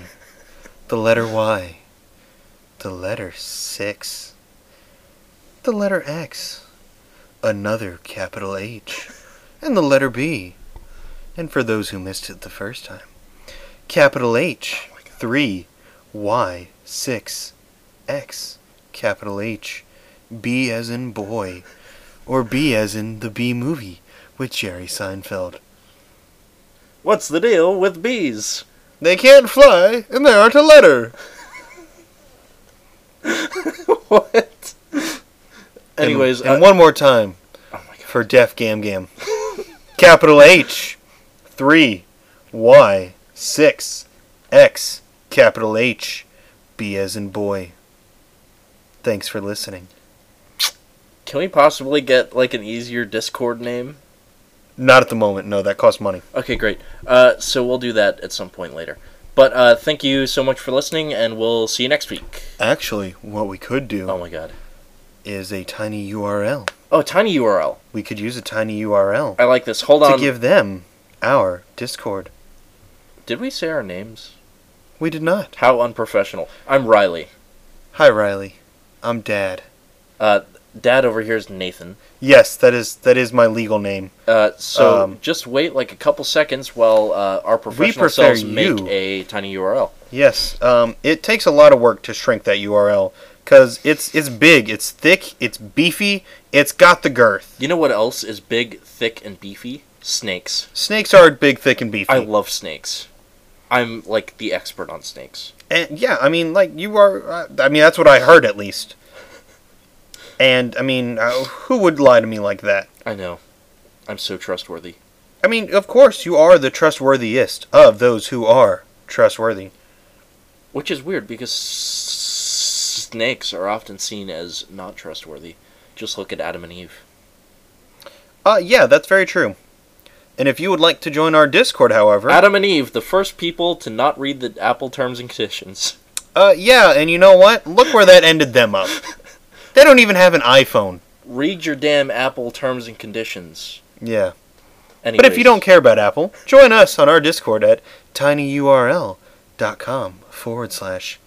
Speaker 1: the letter Y, the letter six, the letter X, another capital H, and the letter B. And for those who missed it the first time, capital H, three, Y, 6, X, capital H, B as in boy, or B as in the B movie with Jerry Seinfeld.
Speaker 2: What's the deal with bees?
Speaker 1: They can't fly, and they aren't a letter.
Speaker 2: what? Anyways,
Speaker 1: and, and
Speaker 2: uh,
Speaker 1: one more time
Speaker 2: oh my god.
Speaker 1: for Deaf Gam Gam. capital H, 3, Y, 6, X, capital H, B as in boy. Thanks for listening.
Speaker 2: Can we possibly get like an easier Discord name?
Speaker 1: Not at the moment, no, that costs money.
Speaker 2: Okay, great. Uh, so we'll do that at some point later. But uh, thank you so much for listening, and we'll see you next week.
Speaker 1: Actually, what we could do.
Speaker 2: Oh my god.
Speaker 1: is a tiny URL.
Speaker 2: Oh, tiny URL.
Speaker 1: We could use a tiny URL
Speaker 2: I like this. Hold
Speaker 1: to
Speaker 2: on.
Speaker 1: give them our Discord.
Speaker 2: Did we say our names?
Speaker 1: We did not.
Speaker 2: How unprofessional. I'm Riley.
Speaker 1: Hi, Riley. I'm Dad.
Speaker 2: Uh, Dad over here is Nathan.
Speaker 1: Yes, that is that is my legal name.
Speaker 2: Uh, so
Speaker 1: Um,
Speaker 2: just wait like a couple seconds while uh, our professional
Speaker 1: prefer
Speaker 2: selves
Speaker 1: you.
Speaker 2: make a tiny URL.
Speaker 1: Yes. Um, it takes a lot of work to shrink that URL because it's it's big, it's thick, it's beefy, it's got the girth.
Speaker 2: You know what else is big, thick, and beefy? Snakes.
Speaker 1: Snakes are big, thick, and beefy.
Speaker 2: I love snakes. I'm like the expert on snakes.
Speaker 1: And yeah, I mean, like you are. Uh, I mean, that's what I heard at least. And I mean, uh, who would lie to me like that?
Speaker 2: I know. I'm so trustworthy.
Speaker 1: I mean, of course, you are the trustworthiest of those who are trustworthy.
Speaker 2: Which is weird because s- snakes are often seen as not trustworthy. Just look at Adam and Eve.
Speaker 1: Uh, yeah, that's very true. And if you would like to join our Discord, however,
Speaker 2: Adam and Eve, the first people to not read the Apple terms and conditions.
Speaker 1: uh, yeah, and you know what? Look where that ended them up. They don't even have an iPhone.
Speaker 2: Read your damn Apple terms and conditions.
Speaker 1: Yeah.
Speaker 2: Anyways,
Speaker 1: But if you don't care about Apple, join us on our Discord at tinyurl.com forward slash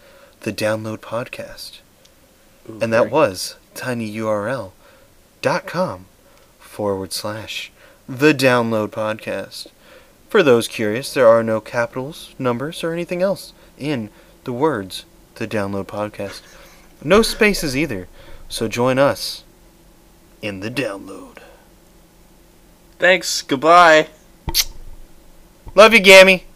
Speaker 1: the download podcast.
Speaker 2: Ooh,
Speaker 1: And
Speaker 2: very-
Speaker 1: that was tinyurl.com forward slash the download podcast. For those curious, there are no capitals, numbers, or anything else in the words the download podcast. No spaces either. So join us in the download.
Speaker 2: Thanks. Goodbye.
Speaker 1: Love you, Gammy.